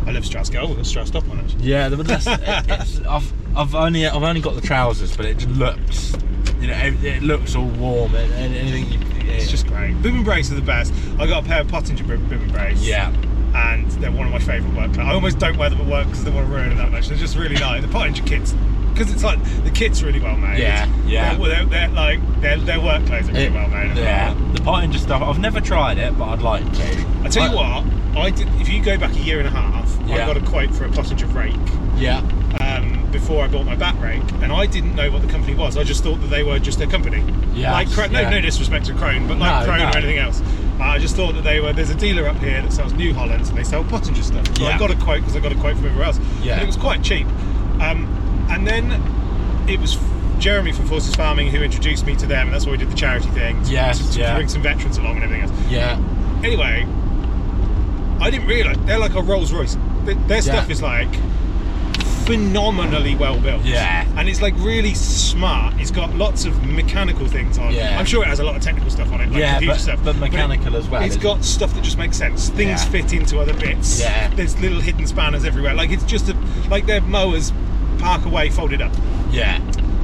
I love Strauss. Go. I've got Strauss top on it.
Yeah, but that's, it- it's, I've I've only I've only got the trousers, but it just looks, you know, it, it looks all warm and, and anything. You,
It's
it-
just great. Bib and brace are the best. I got a pair of Pottinger bib, bib and brace.
yeah,
and they're one of my favourite work. clothes. I almost don't wear them at work because they want to ruin it that much. They're just really nice. The Pottinger kits, because it's like the kit's really well made.
Yeah, yeah.
They're, they're, they're like their their work clothes are really
It-
well made. as well.
yeah. The Pottinger stuff. I've never tried it, but I'd like to.
I tell you
But-
what, I did. If you go back a year and a half, I
Yeah.
got a quote for a Pottinger rake
Yeah.
um, before I bought my back rake, and I didn't know what the company was. I just thought that they were just a company.
Yes,
Like Cro-
yeah.
no, no disrespect to Crone, but like
No,
Crone
no.
or anything else. I just thought that they were. There's a dealer up here that sells New Hollands, and they sell Pottinger stuff. So I
Yeah.
got a quote because I got a quote from everywhere else.
Yeah.
And it was quite cheap. Um, and then it was. Jeremy from Forces Farming who introduced me to them, and that's why we did the charity thing. to-
Yes,
to, to
yeah.
bring some veterans along and everything else
Yeah.
anyway, I didn't realise they're like a Rolls Royce. Th- Their stuff
Yeah.
is like phenomenally well built.
Yeah.
And it's like really smart. It's got lots of mechanical things on.
Yeah.
I'm sure it has a lot of technical stuff on it, like
Yeah,
computer
but-
stuff.
but
it-
mechanical as well,
It's
isn't
got stuff that just makes sense. Things
Yeah.
fit into other bits.
Yeah.
There's little hidden spanners everywhere. Like it's just a like their mowers park away folded up.
Yeah.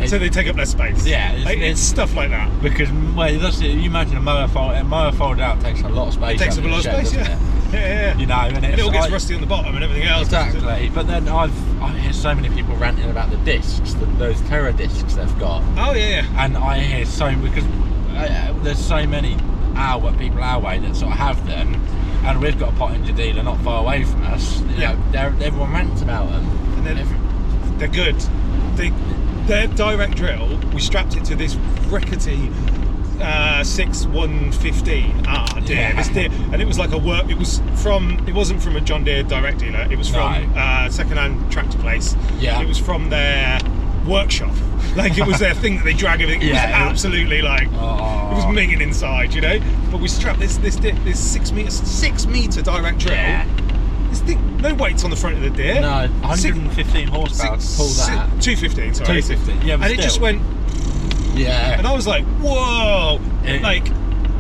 so they take up less space.
Yeah, it's-
Like, it's,
it's-
stuff like that.
because well, that's it. You imagine a mower fold, a mower folded out takes a lot of space.
It takes up
out
a lot of
the shed,
space, yeah.
doesn't it?
Yeah, yeah, yeah.
You know, and,
and
it's
it all gets
like-
rusty on the bottom and everything else.
Exactly, but then I've I hear so many people ranting about the discs, the, those terror discs they've got,
Oh yeah, yeah.
and I hear so because uh, there's so many our people our way that sort of have them, and we've got a Pottinger dealer not far away from us. You
Yeah.
know, they're, everyone rants about them.
And then they're good. They their direct drill. We strapped it to this rickety uh, six one fifteen. Ah, dear,
Yeah.
this dear, and it was like a work. It was from. It wasn't from a John Deere direct dealer. It was from
No.
uh, secondhand tractor place.
Yeah.
It was from their workshop. Like it was their thing that they drag everything. It
Yeah,
was
it was-
absolutely like
Oh.
it was minging inside, you know. But we strapped this this di- this six meter six meter direct drill.
oh, Yeah.
This thing, no weights on the front of the deer.
No,
Six-
115 horsepower to pull that.
215, sorry.
215, yeah,
And
but
it just
still.
went, and
yeah.
I was like, whoa!
It-
like,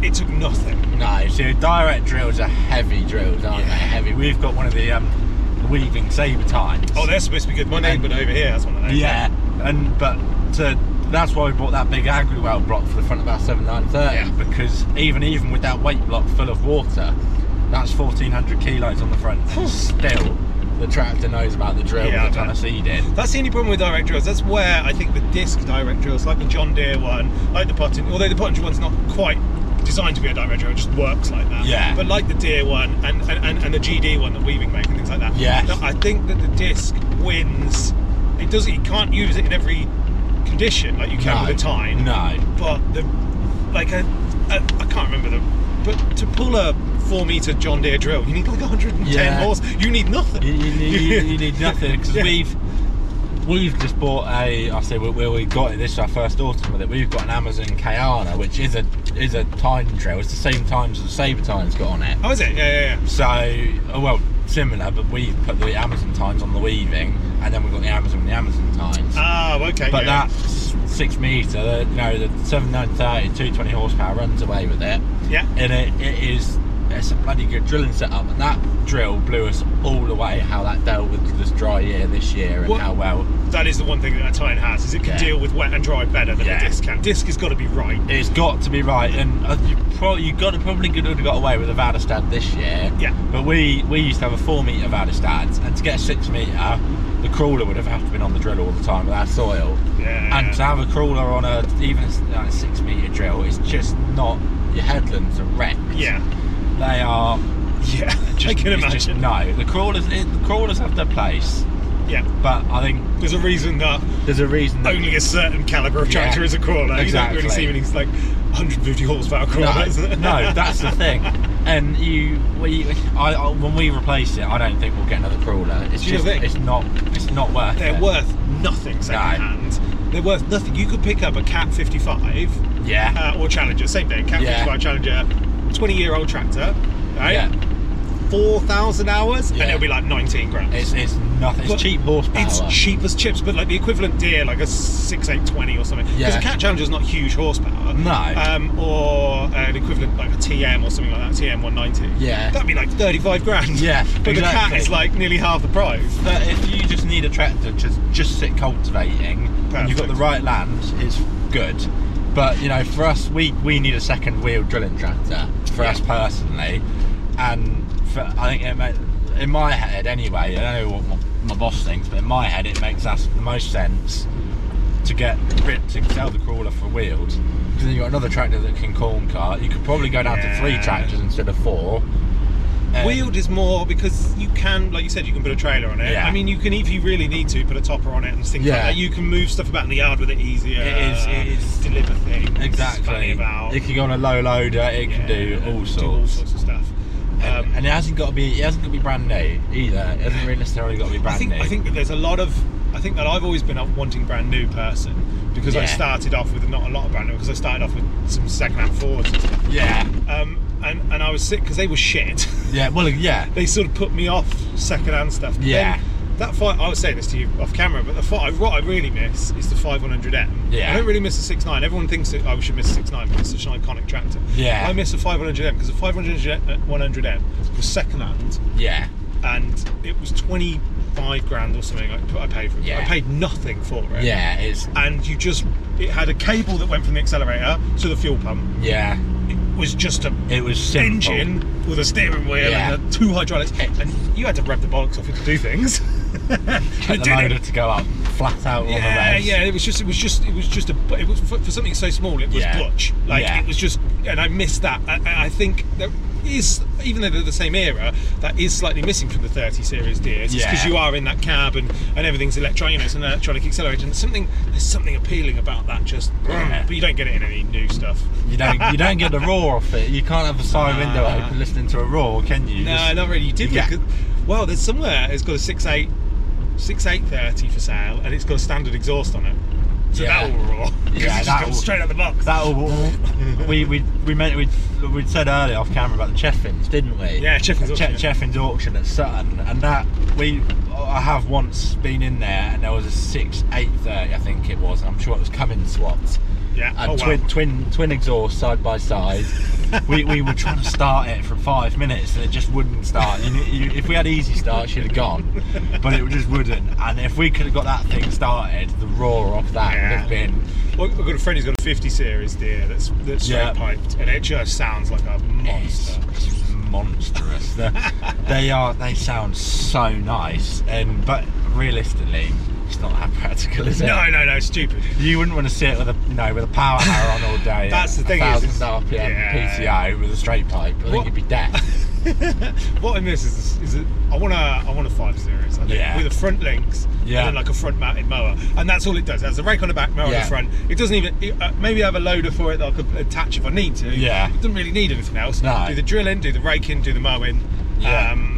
it took nothing.
No, so direct drills are heavy drills, aren't they? Heavy. We've got one of the um, weaving saber times.
Oh, they're supposed to be good. My neighbour over here has one of those.
Yeah, and but to, that's why we bought that big AgriWell block for the front of our 7930
Yeah.
because even even with that weight block full of water, that's 1400 kilos on the front.
Phew.
And still, the tractor knows about the drill
Hmm. Yeah, I
yeah, the ton
bet.
of seed in.
That's the only problem with direct drills. That's where I think the disc direct drills, like the John Deere one, like the Pottinger, although the Pottinger one's not quite designed to be a direct drill, it just works like that.
Yeah.
But like the Deere one and, and, and, and the GD one that Weaving make and things like that.
Yes.
that I think that the disc wins. It doesn't. You can't use it in every condition like you can
no,
with a time.
No.
But the like a, a I can't remember the but to pull a four meter John Deere drill, you need like 110
Yeah.
horse. You need nothing.
You, you need, you- you need nothing because
Yeah.
we've we've just bought a. I say we, we, we got it. This is our first autumn with it. We've got an Amazon Kayana, which is a is a time drill. It's the same times as the Saber time's got on it.
How Oh, is it? Yeah, yeah, yeah.
So, oh, well, similar, but we put the Amazon times on the weaving, and then we've got the Amazon the Amazon times.
Oh, okay.
but
yeah.
that six meter, the, you know, the 7930, 220 horsepower runs away with it,
Yeah.
and it, it is it's a bloody good drilling setup. And that drill blew us all away how that dealt with this dry year this year and
What-
how well
That is the one thing that a tine has is it can
Yeah.
deal with wet and dry better than
Yeah.
a disc can. Disc has got to be right.
it's got to be right. And uh, you pro- you got to probably could have got away with a Vadistad this year.
Yeah.
But we we used to have a four meter Vadistad, and to get a six meter, the crawler would have had to have been on the drill all the time with that soil.
Yeah.
And to have a crawler on a even a, like, six meter drill is just not your headlands are wrecked.
yeah,
They are.
yeah. I
Just,
can
it's just-
imagine.
no, the crawlers it, the crawlers have their place,
yeah,
but I think
there's a reason that
there's a reason. That
only a certain caliber of
Yeah,
tractor is a crawler. You don't really
exactly.
see many like 150 horsepower
no,
crawlers.
no, that's the thing. And you, we, I, I, when we replace it, I don't think we'll get another crawler. It's
Do you
just,
think?
it's not, it's not worth
They're
it.
worth nothing secondhand. They're worth nothing. You could pick up a Cat 55
Yeah.
uh, or Challenger, same thing, Cat
Yeah.
55 Challenger, 20 year old tractor, right?
Yeah.
4,000 hours,
Yeah.
and it'll be like 19 grand.
It's, it's nothing. It's
But
cheap horsepower.
It's cheap as chips, but like the equivalent deer, like a 6820 or something. Because
Yeah.
a Cat Challenger's not huge horsepower.
No.
Um, or an equivalent like a TM or something like that, TM 190.
Yeah.
That'd be like 35 grand.
Yeah,
But the Cat
exactly.
is like nearly half the price.
But if you just need a tractor to just sit cultivating, and you've got the
Perfect.
right land, it's good. But you know, for us, we we need a second wheel drilling tractor for us personally, and for, I think it ma- in my head anyway. I don't know what my, my boss thinks, but in my head, it makes us the most sense to get rid to sell the crawler for wheels. Because then you've got another tractor that can corn cart. You could probably go down to three
Yeah.
tractors instead of four. Um,
Wheeled is more because you can, like you said, you can put a trailer on it.
Yeah.
I mean, you can, if you really need to, put a topper on it and things
Yeah.
like that. You can move stuff about in the yard with it easier.
It is- it is-
deliver things.
Exactly.
Funny about.
It can go on a low loader. It can do
yeah,
all sorts.
of stuff.
And,
Um,
and it hasn't got to be. It hasn't got to be brand new either. It hasn't really necessarily got to be brand
I think
new.
I think that there's a lot of I think that I've always been a wanting brand new person because I
Yeah.
started off with not a lot of brand new because I started off with some second hand Fords and stuff.
Yeah.
Um, and and I was sick because they were shit.
Yeah. Well. Yeah.
they sort of put me off second-hand stuff. But
Yeah.
Then, that fight, I was saying this to you off camera, but the fight, what I really miss is the 5100M.
Yeah.
I don't really miss a 6.9. Everyone thinks that I should miss a 6.9 because it's such an iconic tractor.
Yeah.
I miss a 500M because the 500M was second-hand
Yeah.
and it was 25 grand or something like, I paid for it.
Yeah.
I paid nothing for it.
Yeah. It's.
And you just, it had a cable that went from the accelerator to the fuel pump.
Yeah.
It was just a
It was simple.
engine with a steering wheel
Yeah.
and the two hydraulics, and you had to rev the bollocks off it to do things. You
Get the
did
loader
it.
to go up flat out on
Yeah,
the race.
yeah. It was just, it was just, it was just a, it was for, for something so small. It was
Yeah.
butch. Like
Yeah.
it was just, and I missed that. I- I, I think there is, even though they're the same era, that is slightly missing from the 30 series deers. It's because
Yeah.
you are in that cab and, and everything's electronic. You know, it's an electronic accelerator. And something, there's something appealing about that. Just,
Yeah.
but you don't get it in any new stuff.
You don't. You don't get the roar off it. You can't have the side window
Nah.
open listening to a roar, can you?
No,
Just-
not really. You did
Yeah.
look at. Well, there's somewhere it's got a six eight, six eight thirty for sale, and it's got a standard exhaust on it. So
Yeah.
that will roar. 'cause
Yeah,
it's just
that
comes
will-
straight out the box.
That all, we we we meant we we said earlier off camera about the Cheffins, didn't we?
Yeah, Cheffin's
Che-
auction.
Cheffin's auction at Sutton, and that we I have once been in there, and there was a six eight thirty, I think it was. And I'm sure it was Cummins swapped,
Yeah. oh,
and
wow.
twin twin twin exhaust side by side. we, we were trying to start it for five minutes, and it just wouldn't start. You, knew- you, if we had easy start, she'd have gone, but it just wouldn't. And if we could have got that thing started, the roar off that would
Yeah.
have been.
Well, I've got a friend who's got a 50 series deer that's that's straight
Yeah.
piped, and it just sounds like a
It's
monster.
monstrous. They're- they are. They sound so nice, and but realistically, it's not that practical, is it?
No, no, no, stupid.
You wouldn't want to sit with a you know with a power hour on all day. at
That's the thing is, it's-
1000 RPM
yeah.
PTO with a straight pipe. I think
What-
you'd be deaf.
what I miss is, is it, I want a I want a five series. I think
Yeah.
with the front links
Yeah.
and then like a front mounted mower, and that's all it does. It has a rake on the back, mower on
Yeah.
the front. It doesn't even it, uh, maybe I have a loader for it that I could attach if I need to.
Yeah.
it doesn't really need anything else.
No.
do the drilling, do the raking, do the mowing.
Yeah.
Um,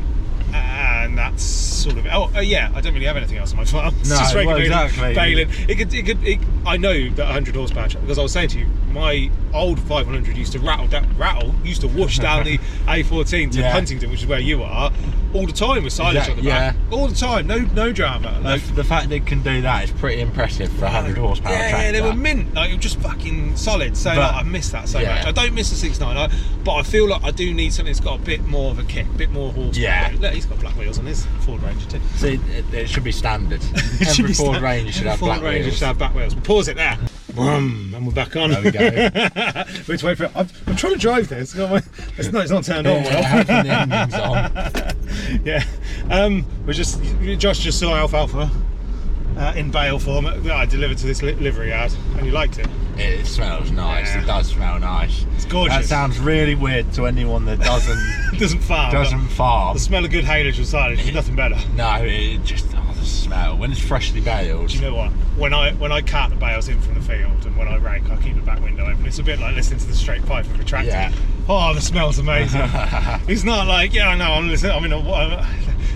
and that's sort of oh uh, yeah. I don't really have anything else on my farm. It's
No,
just
well,
raking,
exactly.
baling. It could, it could. It, I know that 100 horsepower tractor because I was saying to you, my old 500 used to rattle. That rattle used to whoosh down the A14 to
Yeah.
Huntingdon, which is where you are, all the time with silage on the back. All the time, no no drama.
the,
Like,
the fact they can do that is pretty impressive for a hundred horsepower
yeah,
tractor.
yeah, they were mint. Like, it was just fucking solid. So
But-
like, I miss that so
yeah.
much. I don't miss the 69, I, but I feel like I do need something that's got a bit more of a kick, a bit more horsepower.
Yeah.
Look, he's got black wheels on his Ford Ranger too.
So it, it- it should be standard.
It should
Every
be
Ford
sta-
Ranger should
every
have
Ford
black
Ranger
wheels.
should have black wheels. We'll pause it there. Wham, and we're back on.
There we go.
Which way for it? I'm, I'm trying to drive this. It's not, it's not turned on
Yeah,
well.
hopefully the engine's on.
yeah. Um, we're just Josh just saw alfalfa uh, in bale form that I delivered to this li- livery yard, and you liked it.
It smells nice.
Yeah.
It does smell nice.
It's gorgeous.
That sounds really weird to anyone that doesn't
It doesn't farm. but
doesn't farm.
The smell of good haylage and silage is nothing better.
No, it just oh the smell when it's freshly baled.
Do you know what? When I when I cart the bales in from the field and when I rake, I keep the back window open. It's a bit like listening to the straight pipe of a tractor.
Yeah.
Oh, the smell's amazing. it's not like yeah, I know. I'm listening. I'm in a. wa-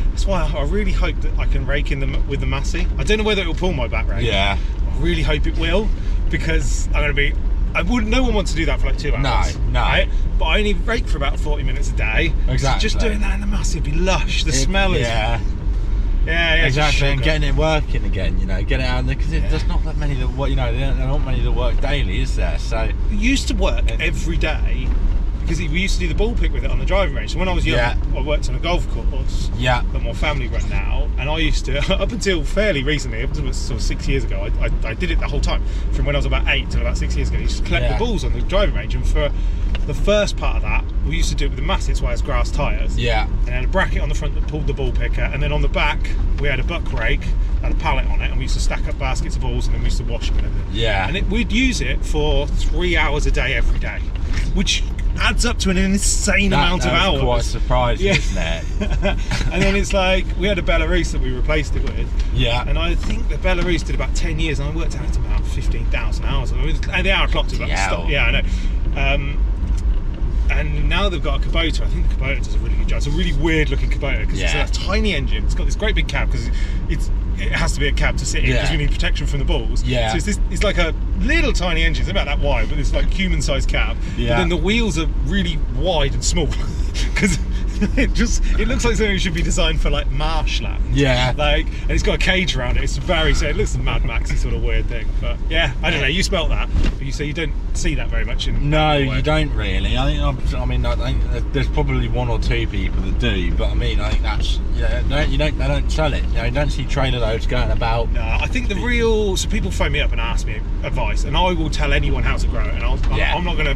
That's why I really hope that I can rake in the with the massey. I don't know whether it will pull my back rake.
yeah.
I really hope it will because I'm gonna be. I wouldn't. No one wants to do that for like two
No,
hours.
no.
Right? But I only rake for about 40 minutes a day. So just
Exactly.
doing that in the massey would be lush. The smell is.
Yeah,
Yeah. Yeah. just
exactly. And
sugar.
getting it working again, you know, get it out there because
Yeah.
there's not that many that what you know, there there aren't many that work daily, is there? So
We used to work
Yeah.
every day because we used to do the ball pick with it on the driving range. So when I was young,
Yeah.
I worked on a golf course
yeah,
that more family run now, and I used to up until fairly recently, up until sort of six years ago, I, I, I did it the whole time from when I was about eight till about six years ago. You just collect
Yeah.
the balls on the driving range, and for the first part of that, we used to do it with the massets, where it's grass tyres
yeah,
and had a bracket on the front that pulled the ball picker, and then on the back we had a buck rake, had a pallet on it, and we used to stack up baskets of balls, and then we used to wash them. And everything.
Yeah.
And it, we'd use it for three hours a day every day, which adds up to an insane
That-
amount
that
of
was
hours.
Quite surprising,
Yeah.
isn't it?
and then it's like we had a Belarus that we replaced it with.
Yeah.
And I think the Belarus did about 10 years, and I worked out it's about 15,000 hours. I mean, and the hour clock did about
Bloody
stop.
hell.
Yeah, I know. Um, and now they've got a Kubota. I think the Kubota does a really good job. It's a really weird looking Kubota because
Yeah.
it's a tiny engine. It's got this great big cab because it's it has to be a cab to sit in because
Yeah.
we need protection from the balls.
Yeah.
So it's this. It's like a little tiny engine. It's about that wide, but it's like human sized cab. But
Yeah.
then the wheels are really wide and small because it just it looks like something that should be designed for like marshland.
Yeah.
Like, and it's got a cage around it. It's very so it looks a Mad Maxy sort of weird thing. But yeah, I don't know. You spelt that, but you say you don't see that very much in.
No,
in the
you
word.
don't really. I think I'm- I mean I think that there's probably one or two people that do, but I mean I think that's yeah. No, you don't. They don't sell it. You, know, you don't see trailer loads going about.
No, I think the real so people phone me up and ask me advice, and I will tell anyone how to grow it. And I'll, I'm,
Yeah.
I'm not gonna.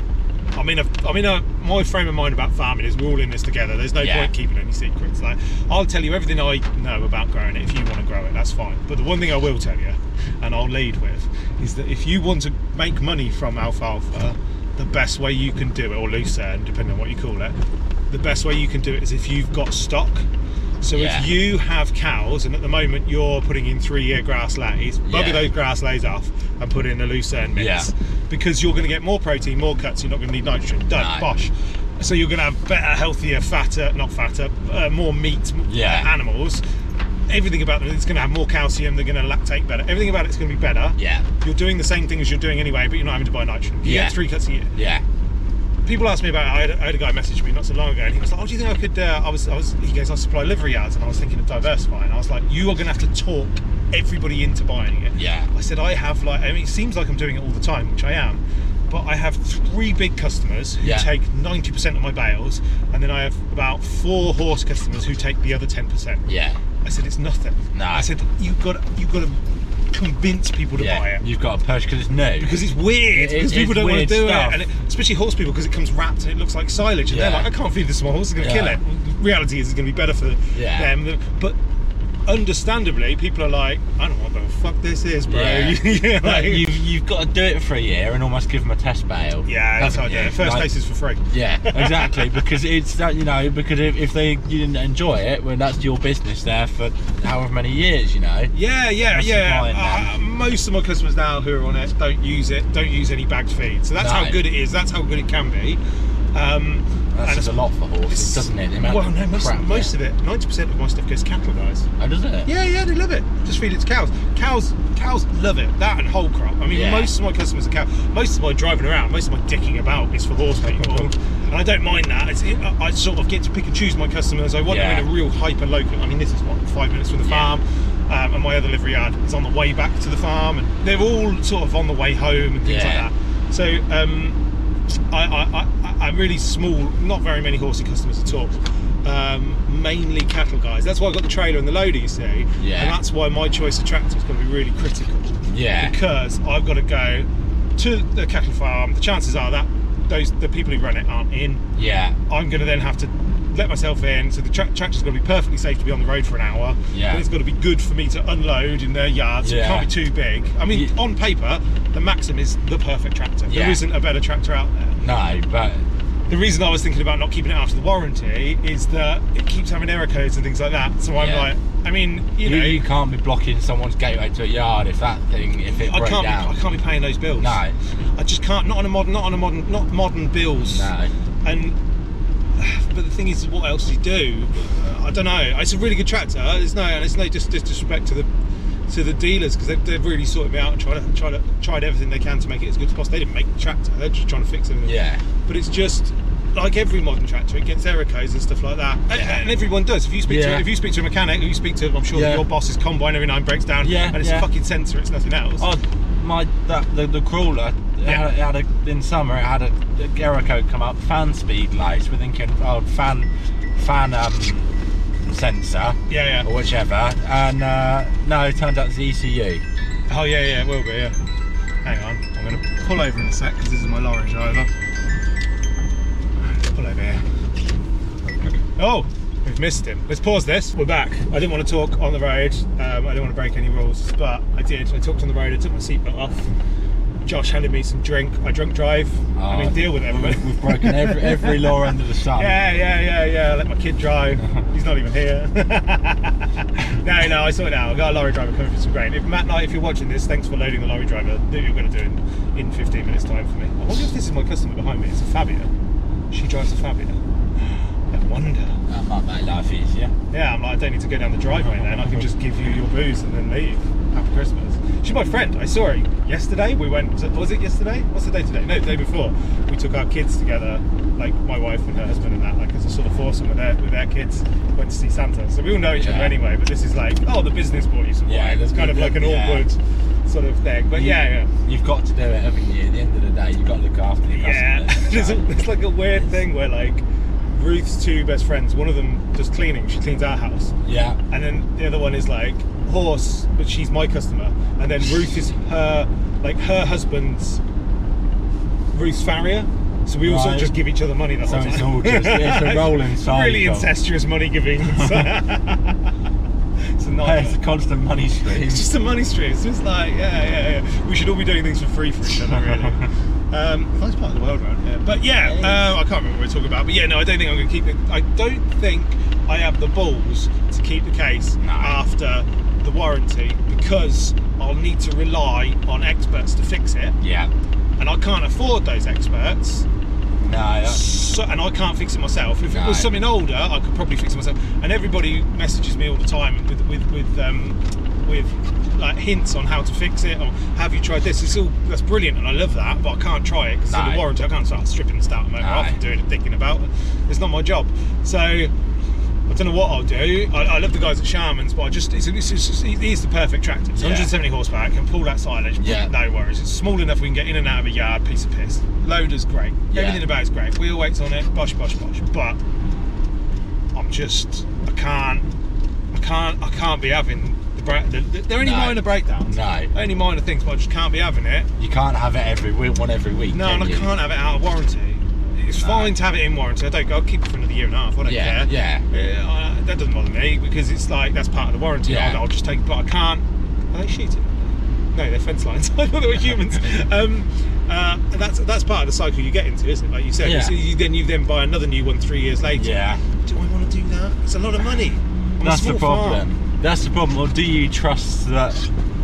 I'm in a. I'm in a. My frame of mind about farming is we're all in this together. There's no
Yeah.
point keeping any secrets. Like I'll tell you everything I know about growing it. If you want to grow it, that's fine. But the one thing I will tell you, and I'll lead with, is that if you want to make money from alfalfa, the best way you can do it, or lucerne, depending on what you call it, the best way you can do it is if you've got stock. So
Yeah.
if you have cows, and at the moment you're putting in three-year grass lays, bugger
Yeah.
those grass lays off and put in a lucerne mix
Yeah.
because you're going to get more protein, more cuts. You're not going to need nitrogen. Done.
No.
Bosh. So you're going to have better, healthier, fatter, not fatter, uh, more meat m-
Yeah.
uh, animals. Everything about them, it's going to have more calcium. They're going to lactate better. Everything about it's going to be better.
Yeah.
You're doing the same thing as you're doing anyway, but you're not having to buy nitrogen. You
Yeah.
get three cuts a year
Yeah.
people ask me about it. I had, I had a guy message me not so long ago, and he was like, "Oh, do you think I could?" Uh, I was, I was. He goes, "I supply livery yards," and I was thinking of diversifying. I was like, "You are going to have to talk everybody into buying it."
Yeah.
I said, "I have like, I mean, it seems like I'm doing it all the time, which I am, but I have three big customers who
Yeah.
take 90% of my bales, and then I have about four horse customers who take the other 10%."
Yeah.
I said, "It's nothing."
No.
I said, "You got, you got to convince people to buy
Yeah.
it."
You've got to push because it's new.
because it's weird
It-
because
it-
people
it's
don't want to do
weird stuff.
it, and it, especially horse people because it comes wrapped and it looks like silage, and
Yeah.
they're like, I can't feed this to my horse; it's going to
Yeah.
kill it. Reality is, it's going to be better for
Yeah.
them, but. Understandably, people are like, I don't know what the fuck this is, bro.
Yeah.
yeah,
No,
like-
you've, you've got to do it for a year and almost give them a test bail.
yeah that's how I
haven't
do it.
you?
First
Like-
taste is for free.
Yeah, exactly. because it's that you know. Because if, if they you didn't enjoy it, well, that's your business there for however many years, you know.
Yeah, yeah,
That's fine,
yeah.
man.
Uh, most of my customers now who are on it don't use it, don't use any bagged feed. So that's
No.
how good it is. That's how good it can be. Um,
That's
and
just a
it's-
lot for horses,
it's-
doesn't it? The amount
Well,
of
no, most,
crap
most
there.
of it, ninety percent of my stuff goes cattle, guys.
Oh, does it?
Yeah, yeah, they love it. Just feed it to cows. Cows, cows love it. That and whole crop. I mean,
Yeah.
most of my customers are cow. Most of my driving around, most of my dicking about is for horse people, and I don't mind that. It's, I I sort of get to pick and choose my customers. I want
Yeah.
them in a real hyper local. I mean, this is what five minutes from the
Yeah.
farm, um, and my other livery yard is on the way back to the farm, and they're all sort of on the way home and things
Yeah.
like that. So. Um, I, I, I, I'm really small, not very many horsey customers at all. Um, mainly cattle guys. That's why I got the trailer and the loader, you see.
Yeah.
And that's why my choice of tractor is going to be really critical.
Yeah.
Because I've got to go to the cattle farm. The chances are that those the people who run it aren't in.
Yeah.
I'm going to then have to let myself in. So the tra- tractor's got to be perfectly safe to be on the road for an hour.
Yeah.
But it's got to be good for me to unload in their yard. So
Yeah.
it can't be too big. I mean,
Ye-
on paper, the Maxim is the perfect tractor.
Yeah.
There isn't a better tractor out there.
No, but
The reason I was thinking about not keeping it after the warranty is that it keeps having error codes and things like that. So I'm
Yeah.
like, I mean, you
you,
know,
you can't be blocking someone's gateway to a yard if that thing if it
I
broke
can't, be,
down.
I can't be paying those bills.
No.
I just can't. Not on a modern, not on a modern, not modern bills.
No.
And but the thing is, what else do you do? Uh, I don't know. It's a really good tractor. There's no, and it's no dis- dis- disrespect to the to the dealers because they've, they've really sorted me out and tried to, tried to, tried everything they can to make it as good as possible. They didn't make the tractor. They're just trying to fix everything.
Yeah.
But it's just like every modern tractor, it gets error codes and stuff like that. And, and everyone does. If you speak
Yeah.
to if you speak to a mechanic, you speak to, I'm sure
Yeah.
your boss's combine every nine breaks down,
Yeah,
and it's
yeah.
a fucking sensor. It's nothing else.
Oh, my that the, the crawler. It
Yeah.
had, a, it had a, in summer it had a, a error code come up. Fan speed lights. We're thinking, oh, fan, fan um, sensor
Yeah,
or
yeah.
whichever. And uh, no, it turns out it's E ECU.
Oh yeah, yeah. It will be. Yeah. Hang on. I'm gonna pull over in a sec because this is my lorry driver. Pull over here. Oh. We've missed him. Let's pause this. We're back. I didn't want to talk on the road. Um, I didn't want to break any rules, but I did. I talked on the road. I took my seatbelt off. Josh handed me some drink. I drunk drive. I
Ah,
mean, deal with it.
Oh, We've, we've broken every every law under the sun.
Yeah, yeah, yeah, yeah. I let my kid drive. He's not even here. no, no, I saw it now. I got a lorry driver coming for some grain. If Matt Knight, if you're watching this, thanks for loading the lorry driver that you're going to do in, in 15 minutes' time for me. I wonder if this is my customer behind me. It's a Fabia. She drives a Fabia. I wonder.
That might make life easier.
Yeah, I'm like, I don't need to go down the driveway then. I can just give you your booze and then leave. Happy Christmas. She's my friend. I saw her yesterday. We went. Was it, was it yesterday? What's the day today? No, the day before. We took our kids together, like my wife and her husband and that, like as a sort of foursome with their with their kids. Went to see Santa, so we all know each
Yeah.
other anyway. But this is like, oh, the business bought you some
Yeah,
wine. It's
the-
kind of
the-
like an
yeah.
awkward sort of thing. But yeah, yeah.
You've got to do it, haven't you? At the end of the day, you've got to look after your
Yeah,
customers.
there's,
so-
a, there's like a weird thing where like Ruth's two best friends. One of them does cleaning. She cleans our house.
yeah.
and then the other one is like horse, but she's my customer, and then Ruth is her like her husband's Ruth's farrier. So we also
Right.
just give each other money the
So
whole time.
it's all just- it's a rolling
Really
cycle.
incestuous money giving. it's a
It's
nice.
a constant money stream.
It's just a money stream. It's just like yeah, yeah, yeah. We should all be doing things for free for each other, really. Um, nice part of the world around here. But yeah, uh, I can't remember what we we're talking about. But yeah, no, I don't think I'm going to keep it. I don't think I have the balls to keep the case
No.
after the warranty because I'll need to rely on experts to fix it,
yeah.
and I can't afford those experts.
No. That's,
So, and I can't fix it myself. If it
No.
was something older, I could probably fix it myself. And everybody messages me all the time with with with um, with like hints on how to fix it or have you tried this? It's all that's brilliant, and I love that. But I can't try it because
No.
the warranty. I can't start stripping the starter motor
No.
off and doing it, thinking about. it. It's not my job. So. I don't know what I'll do. I, I love the guys at Sharman's, but I just, it's, it's, it's, it is the perfect tractor. It's
Yeah.
170 horsepower, it can pull that silage,
Yeah.
no worries. It's small enough we can get in and out of a yard, piece of piss. Loader's great.
Yeah.
Everything about it's great. Wheel weights on it, bosh, bosh, bosh. But I'm just, I can't, I can't, I can't be having the break. The, the, there are any
No.
minor breakdowns.
No.
Only minor things, but I just can't be having it.
You can't have it every week, one every week.
No,
can
and I
you?
can't have it out of warranty. It's
No.
fine to have it in warranty. I don't. I'll keep it for another year and a half. I don't
Yeah,
care.
yeah.
Yeah, I, that doesn't bother me because it's like that's part of the warranty.
Yeah.
I'll, I'll just take. But I can't. Are they shooting? No, they're fence lines. I thought they were humans. um, uh, and that's that's part of the cycle you get into, isn't it? Like you said,
Yeah.
So you, then you then buy another new one three years later.
Yeah.
Do I want to do that? It's a lot of money. I'm a
That's the
small farm.
problem. That's the problem. Or do you trust that